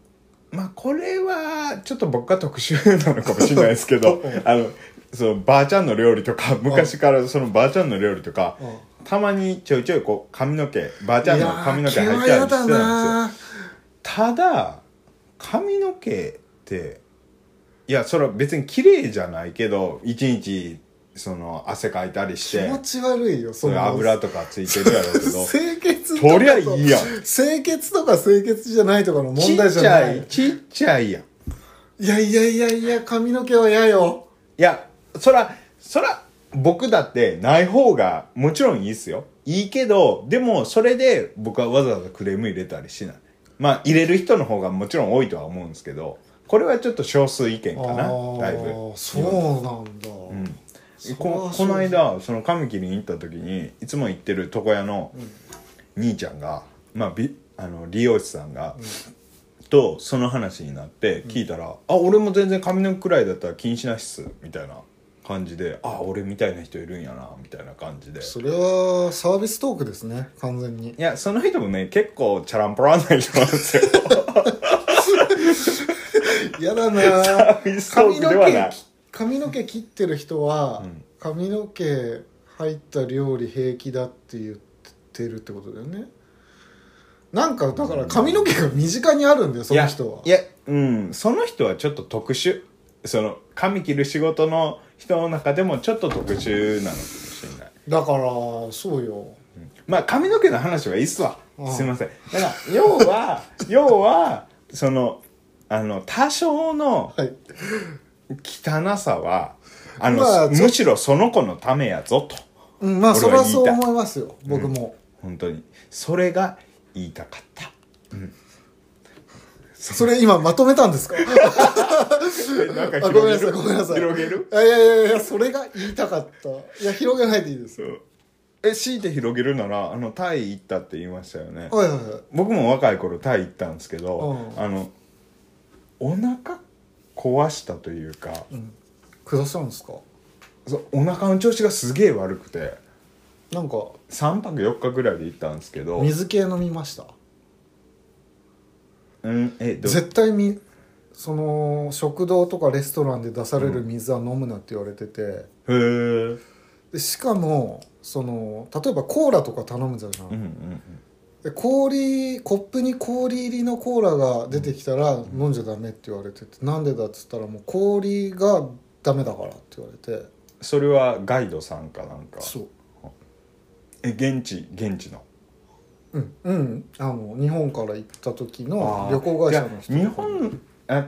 Speaker 1: まあこれはちょっと僕が特殊なのかもしれないですけ (laughs) どあのそのばあちゃんの料理とか昔からそのばあちゃんの料理とかたまにちょいちょいこう髪の毛ばあちゃんの髪の毛入ってたりしてたんです
Speaker 2: いやー毛は
Speaker 1: よ
Speaker 2: やだな
Speaker 1: ただ髪の毛っていやそれは別に綺麗じゃないけど一日その汗かいたりし
Speaker 2: 気
Speaker 1: て
Speaker 2: 持ち悪いよそ
Speaker 1: それ
Speaker 2: の
Speaker 1: 油とかついてるやろうけど
Speaker 2: 清潔とかと
Speaker 1: とりゃいいやん
Speaker 2: 清潔とか清潔じゃないとかの
Speaker 1: ち
Speaker 2: 問題
Speaker 1: っ
Speaker 2: じゃ
Speaker 1: ち
Speaker 2: な
Speaker 1: ゃ
Speaker 2: い
Speaker 1: いちっちゃいやんい
Speaker 2: いやいやいやいや髪の毛は嫌よ
Speaker 1: やそらそら僕だってない方がもちろんいいっすよいいけどでもそれで僕はわざわざクレーム入れたりしないまあ入れる人の方がもちろん多いとは思うんですけどこれはちょっと少数意見かな
Speaker 2: あー
Speaker 1: だいぶ
Speaker 2: そうなんだ、
Speaker 1: うん
Speaker 2: それは
Speaker 1: こ
Speaker 2: そ
Speaker 1: こ
Speaker 2: う
Speaker 1: の間その神木に行った時にいつも行ってる床屋の兄ちゃんが、まあ、びあの理容師さんが、とその話になって聞いたら「あ俺も全然髪の毛くらいだったら気にしないっす」みたいな感じで「あ俺みたいな人いるんやな」みたいな感じで
Speaker 2: それはサービストークですね完全に
Speaker 1: いやその人もね結構チャランポランな人なんです
Speaker 2: (laughs)
Speaker 1: よ (laughs)
Speaker 2: やだな
Speaker 1: サービストー
Speaker 2: 髪
Speaker 1: ク
Speaker 2: の
Speaker 1: ではない
Speaker 2: 毛髪の毛切ってる人は、
Speaker 1: ん
Speaker 2: 髪の毛入った料理平気だって言ってるってことだよねなんかだから髪の毛が身近にあるんだよその人はい
Speaker 1: やいやうんその人はちょっと特殊その髪切る仕事の人の中でもちょっと特殊なのかもしれない
Speaker 2: だからそうよ
Speaker 1: まあ髪の毛の話はいいっすわ
Speaker 2: うん
Speaker 1: すいませんだから要は (laughs) 要はそのあの多少の
Speaker 2: はい
Speaker 1: 汚さはあの、
Speaker 2: まあ
Speaker 1: むしろその子のためやぞと
Speaker 2: うんまあ
Speaker 1: 俺
Speaker 2: そ
Speaker 1: は言いた
Speaker 2: れは
Speaker 1: い
Speaker 2: そう思いますよ僕も、
Speaker 1: 本当にそれが言いたか (laughs) った
Speaker 2: それ今まとめたんで
Speaker 1: (laughs)
Speaker 2: すか
Speaker 1: なんか
Speaker 2: あごめんなさいごめんなさい
Speaker 1: 広げる
Speaker 2: あいやいやいやそれが言いたかったいや広げないでいいです
Speaker 1: そうえ強いて広げるならあのタイ行ったって言いましたよね
Speaker 2: はいはいはい
Speaker 1: 僕も若い頃タイ行ったんですけど、
Speaker 2: うん
Speaker 1: あのお腹壊したというか、
Speaker 2: 下したんですか
Speaker 1: そうお腹の調子がすげえ悪くて
Speaker 2: なんか
Speaker 1: 3泊4日ぐらいで行ったんですけど、
Speaker 2: 水系飲みました
Speaker 1: うん、えど
Speaker 2: 絶対みその食堂とかレストランで出される水は飲むなって言われてて、
Speaker 1: へー
Speaker 2: でしかもその例えばコーラとか頼むじゃない、
Speaker 1: うんうん
Speaker 2: で氷コップに氷入りのコーラが出てきたら飲んじゃダメって言われてて、なんでだっつったらもう氷がダメだからって言われて
Speaker 1: それはガイドさんかなんか
Speaker 2: そう
Speaker 1: え現地現地の
Speaker 2: うん、うん、あの日本から行った時の旅行会社の人
Speaker 1: いや日本あ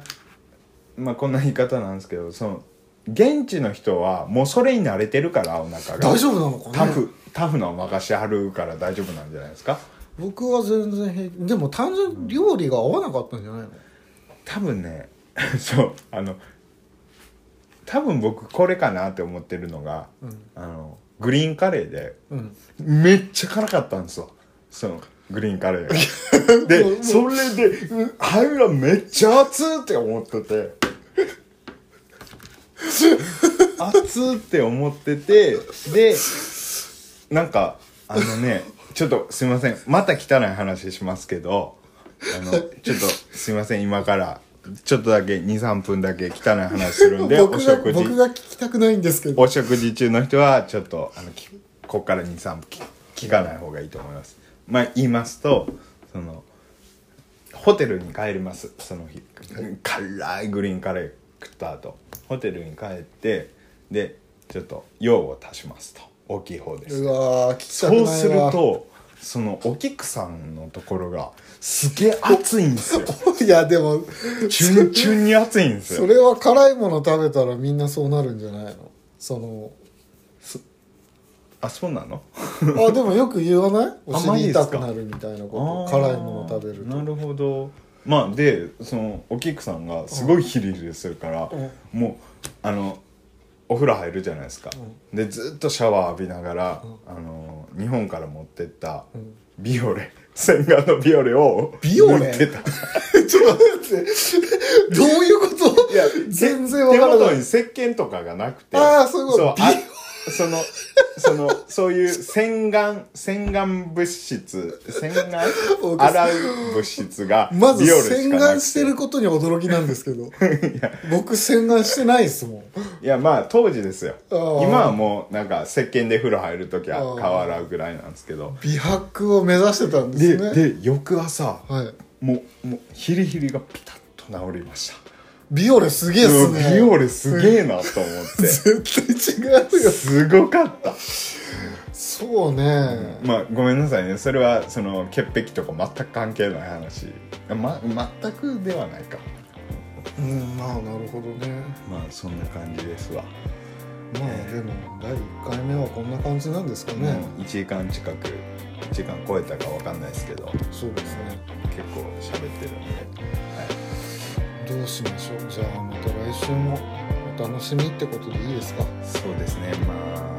Speaker 1: まあこんな言い方なんですけどその現地の人はもうそれに慣れてるからお腹が
Speaker 2: 大丈夫なのかな
Speaker 1: タフタフなお任せはるから大丈夫なんじゃないですか
Speaker 2: 僕は全然平気でも単純に料理が合わなかったんじゃないの、
Speaker 1: 多分ね (laughs) そうあの多分僕これかなって思ってるのが
Speaker 2: うん
Speaker 1: あのグリーンカレーで
Speaker 2: うん、
Speaker 1: めっちゃ辛かったんですよそのグリーンカレー
Speaker 2: (laughs)
Speaker 1: が
Speaker 2: も
Speaker 1: で
Speaker 2: う
Speaker 1: それでうん「ハイラめっちゃ熱っ!」って思って
Speaker 2: (laughs)
Speaker 1: て熱っって思っててでなんかあのねちょっとすいませんまた汚い話しますけどあのちょっとすいません今からちょっとだけ23分だけ汚い話するんでお
Speaker 2: 僕が
Speaker 1: 食
Speaker 2: 僕
Speaker 1: 事
Speaker 2: が聞きたくないんですけど
Speaker 1: お食事中の人はちょっとあのきこっから23分聞聞かない方がいいと思いますまあ言いますとそのホテルに帰りますその日辛いグリーンカレー食った後ホテルに帰ってでちょっと用を足しますと大きい方です
Speaker 2: うわー聞きた
Speaker 1: そ
Speaker 2: くないうわ
Speaker 1: するとそのお菊さんのところがすげえ熱いん (laughs) ですよ
Speaker 2: (laughs) いやでも
Speaker 1: チュンチュンに熱いんです
Speaker 2: そ
Speaker 1: よ
Speaker 2: れは辛いもの食べたらみんなそうなるんじゃないの
Speaker 1: (laughs)
Speaker 2: その
Speaker 1: あそうなの
Speaker 2: あでもよく言わないお
Speaker 1: 甘いで
Speaker 2: 尻
Speaker 1: すか
Speaker 2: 痛くなるみたいなこ
Speaker 1: あ
Speaker 2: と
Speaker 1: ー
Speaker 2: 辛いもの食べると
Speaker 1: なるほどまあでそのお菊さんがすごいヒリヒリするから
Speaker 2: う
Speaker 1: もうあのお風呂入るじゃないですかでずっとシャワー浴びながらあの日本から持ってった
Speaker 2: ん
Speaker 1: ビオレ洗顔のビオレを
Speaker 2: ビオレ
Speaker 1: 塗ってた
Speaker 2: (laughs) ちょっと待ってどういうこと
Speaker 1: いや
Speaker 2: 全然わから
Speaker 1: 手
Speaker 2: な
Speaker 1: 元
Speaker 2: い
Speaker 1: に石鹸とかがなくて
Speaker 2: あーそういうこと
Speaker 1: そうあそのそのそういう洗顔洗顔物質洗顔洗う物質が
Speaker 2: まず
Speaker 1: ビオレしか
Speaker 2: 洗
Speaker 1: なく
Speaker 2: 顔してることに驚きなんですけ
Speaker 1: (laughs)
Speaker 2: ど僕洗顔してないですもん
Speaker 1: いやまあ当時ですよ
Speaker 2: あ
Speaker 1: 今
Speaker 2: ー
Speaker 1: はもうなんか石鹸で風呂入る時は
Speaker 2: あー
Speaker 1: 顔洗うぐらいなんですけど
Speaker 2: 美白を目指してたんで
Speaker 1: で
Speaker 2: すね
Speaker 1: で翌朝
Speaker 2: はい、
Speaker 1: もうもうヒリヒリがピタッと治りました
Speaker 2: ビオレすげえっすね
Speaker 1: ビオレすげえなと思っ
Speaker 2: (laughs)
Speaker 1: て
Speaker 2: 絶対違うよ
Speaker 1: すごかった
Speaker 2: そうね、
Speaker 1: まあごめんなさいねそれはその潔癖とか全く関係ない話ま全くではないか
Speaker 2: うんまあなるほどね
Speaker 1: まあそんな感じですわ、
Speaker 2: まあでも第1回目はこんな感じなんですか
Speaker 1: も
Speaker 2: ね、
Speaker 1: う1時間近く1時間超えたかわかんないですけど
Speaker 2: そうですね
Speaker 1: 結構喋ってるんで、はい、
Speaker 2: どうしましょうじゃあまた来週もお楽しみってことでいいですか
Speaker 1: そうですねまあ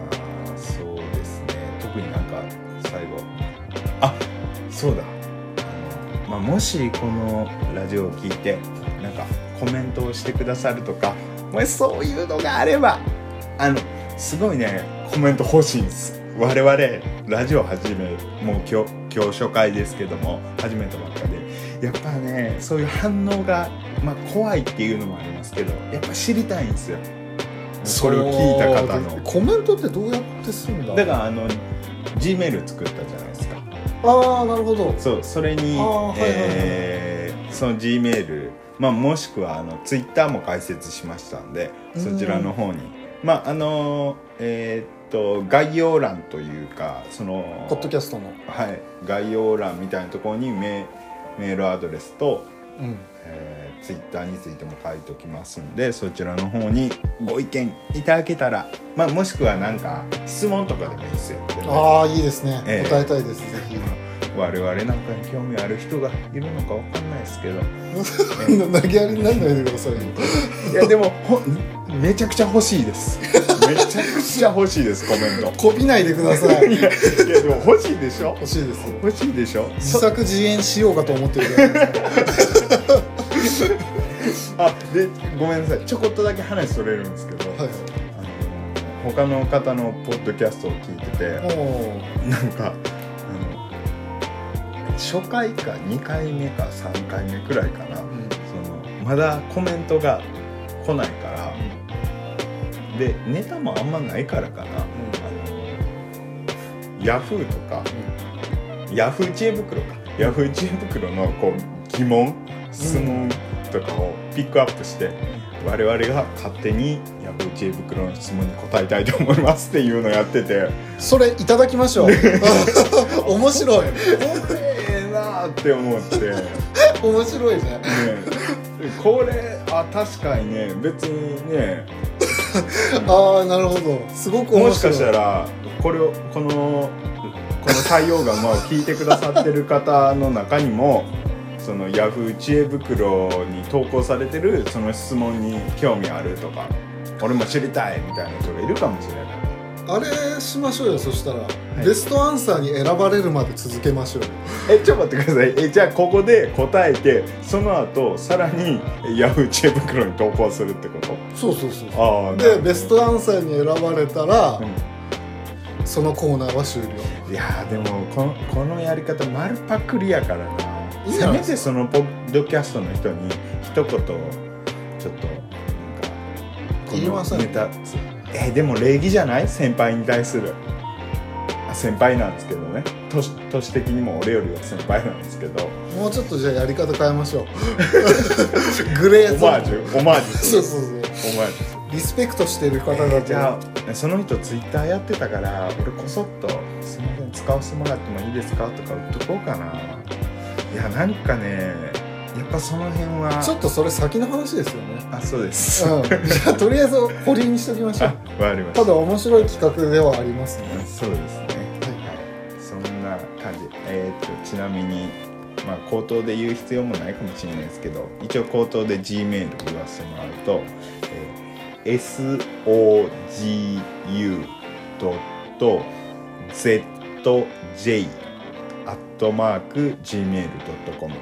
Speaker 1: そうですね特になんか最後あそうだあのまあ、もしこのラジオを聞いてなんかコメントをしてくださるとかもしそういうのがあればあのすごいねコメント欲しいんです我々ラジオ始めもう今日今日初回ですけども始めたばっかでやっぱねそういう反応が、まあ、怖いっていうのもありますけどやっぱ知りたいんですよそれを聞いた方の
Speaker 2: コメントってどうやってすんだ
Speaker 1: だからあの G メール作ったじゃないですか
Speaker 2: ああなるほど
Speaker 1: そうそれに、
Speaker 2: あーはいはいはい
Speaker 1: えーその G メール、まあ、もしくはあの Twitter も開設しましたんでそちらの方に、まああのーえーっと概要欄というかその
Speaker 2: ポッドキャストの
Speaker 1: はい概要欄みたいなところにメメールアドレスと、
Speaker 2: うん
Speaker 1: えー、Twitter についても書いておきますんでそちらの方にご意見いただけたら、まあ、もしくはなんか質問とかでもいいですよ
Speaker 2: ああいいですね、
Speaker 1: ええ
Speaker 2: 答えたいですぜひ
Speaker 1: 我々なんかに興味ある人がいるのかわかんないですけどえ
Speaker 2: 投げやり (laughs) にならないでくださいよ
Speaker 1: いやでもほんめちゃくちゃ欲しいですめちゃくちゃ欲しいですコメント
Speaker 2: こびないでください
Speaker 1: いやいやでも欲しいでしょ
Speaker 2: 欲しいです
Speaker 1: 欲しいでしょ
Speaker 2: 自作自演しようかと思ってるじ
Speaker 1: (laughs)
Speaker 2: ゃないですか
Speaker 1: あでごめんなさいちょこっとだけ話それるんですけど、
Speaker 2: はい
Speaker 1: あの他の方のポッドキャストを聞いてて
Speaker 2: おー
Speaker 1: なんかあの初回か2回目か3回目くらいかな
Speaker 2: うん
Speaker 1: そのまだコメントが来ないから、でネタもあんまないからかな、あのヤフーとか、ヤフー知恵袋かヤフー知恵袋のこう疑問質問とかをピックアップして、我々が勝手にヤフー知恵袋の質問に答えたいと思いますっていうのやってて
Speaker 2: それいただきましょう (laughs) 面白
Speaker 1: 怖
Speaker 2: い
Speaker 1: えなって思って。
Speaker 2: 面白いね
Speaker 1: ねこれあ確かにね別にね
Speaker 2: ああなるほどすごく面白い
Speaker 1: もしかしたらこれをこのこの採用がまあ聞いてくださってる方の中にもそのヤフー知恵袋に投稿されてるその質問に興味あるとか俺も知りたいみたいな人がいるかもしれない
Speaker 2: あれしましょうよそしたら、ベストアンサーに選ばれるまで続けましょうよ
Speaker 1: えちょっと待ってくださいえじゃあここで答えてその後さらにヤフー知恵袋に投稿するってこと
Speaker 2: そうそうそう
Speaker 1: ああ
Speaker 2: でベストアンサーに選ばれたら、
Speaker 1: うん
Speaker 2: そのコーナーは終了
Speaker 1: いやーでもこのこのやり方丸パクリやからない
Speaker 2: いじ
Speaker 1: せ
Speaker 2: ゃない
Speaker 1: め
Speaker 2: で
Speaker 1: てそのポッドキャストの人に一言ちょっとなんかこ
Speaker 2: 言いませ
Speaker 1: の
Speaker 2: ん
Speaker 1: ネタつえでも礼儀じゃない先輩に対するあ先輩なんですけどね年年的にも俺よりは先輩なんですけど
Speaker 2: もうちょっとじゃあやり方変えま (laughs) しょうグレー
Speaker 1: オ
Speaker 2: ゾ
Speaker 1: マ
Speaker 2: ー
Speaker 1: ー
Speaker 2: ン
Speaker 1: ジュオマージュす
Speaker 2: そ
Speaker 1: る
Speaker 2: うそうそう
Speaker 1: オマージュする
Speaker 2: リスペクトしてる方
Speaker 1: え
Speaker 2: だ
Speaker 1: ー
Speaker 2: と
Speaker 1: じゃあその人ツイッターやってたから俺こそっと「すみません使わせてもらってもいいですか?」とか言っとこうかないやなんかねやっぱその辺は
Speaker 2: ちょっとそれ先の話ですよ (laughs) ね
Speaker 1: (laughs) あそうです、
Speaker 2: うん、じゃあとりあえず保留にしときましょ
Speaker 1: あ
Speaker 2: う
Speaker 1: わかりました
Speaker 2: ただ面白い企画ではありますね
Speaker 1: そうですねはいそんな感じえーっとちなみにまあ口頭で言う必要もないかもしれないですけど一応口頭で G メール言わせてもらうと、えー、sogu.zj アットマーク gmail.com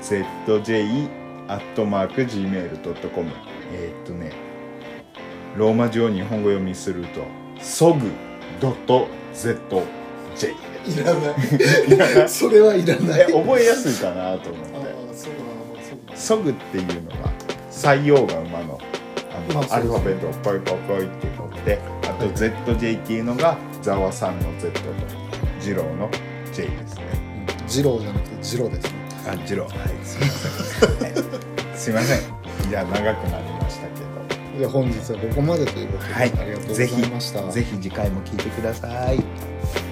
Speaker 1: sogu.zj アットマーク gmail.com えーっとねローマ字を日本語読みすると sog.zj
Speaker 2: いらないそれはいらない
Speaker 1: え覚えやすいかなと思
Speaker 2: ああ
Speaker 1: って
Speaker 2: そうだなそうだな
Speaker 1: SOG っていうのは採用が馬のあの
Speaker 2: まあ
Speaker 1: アルファベットをポイポイポイって取ってあと ZJ っていうのがざわさんの Z と二郎の J ですね
Speaker 2: ジローじゃなくてジローですね
Speaker 1: あ二郎はいすいません、はいすいませんいや長くなりましたけど
Speaker 2: で本日はここまでということで、
Speaker 1: はい
Speaker 2: ありがとうございました
Speaker 1: ぜひ次回も聞いてください。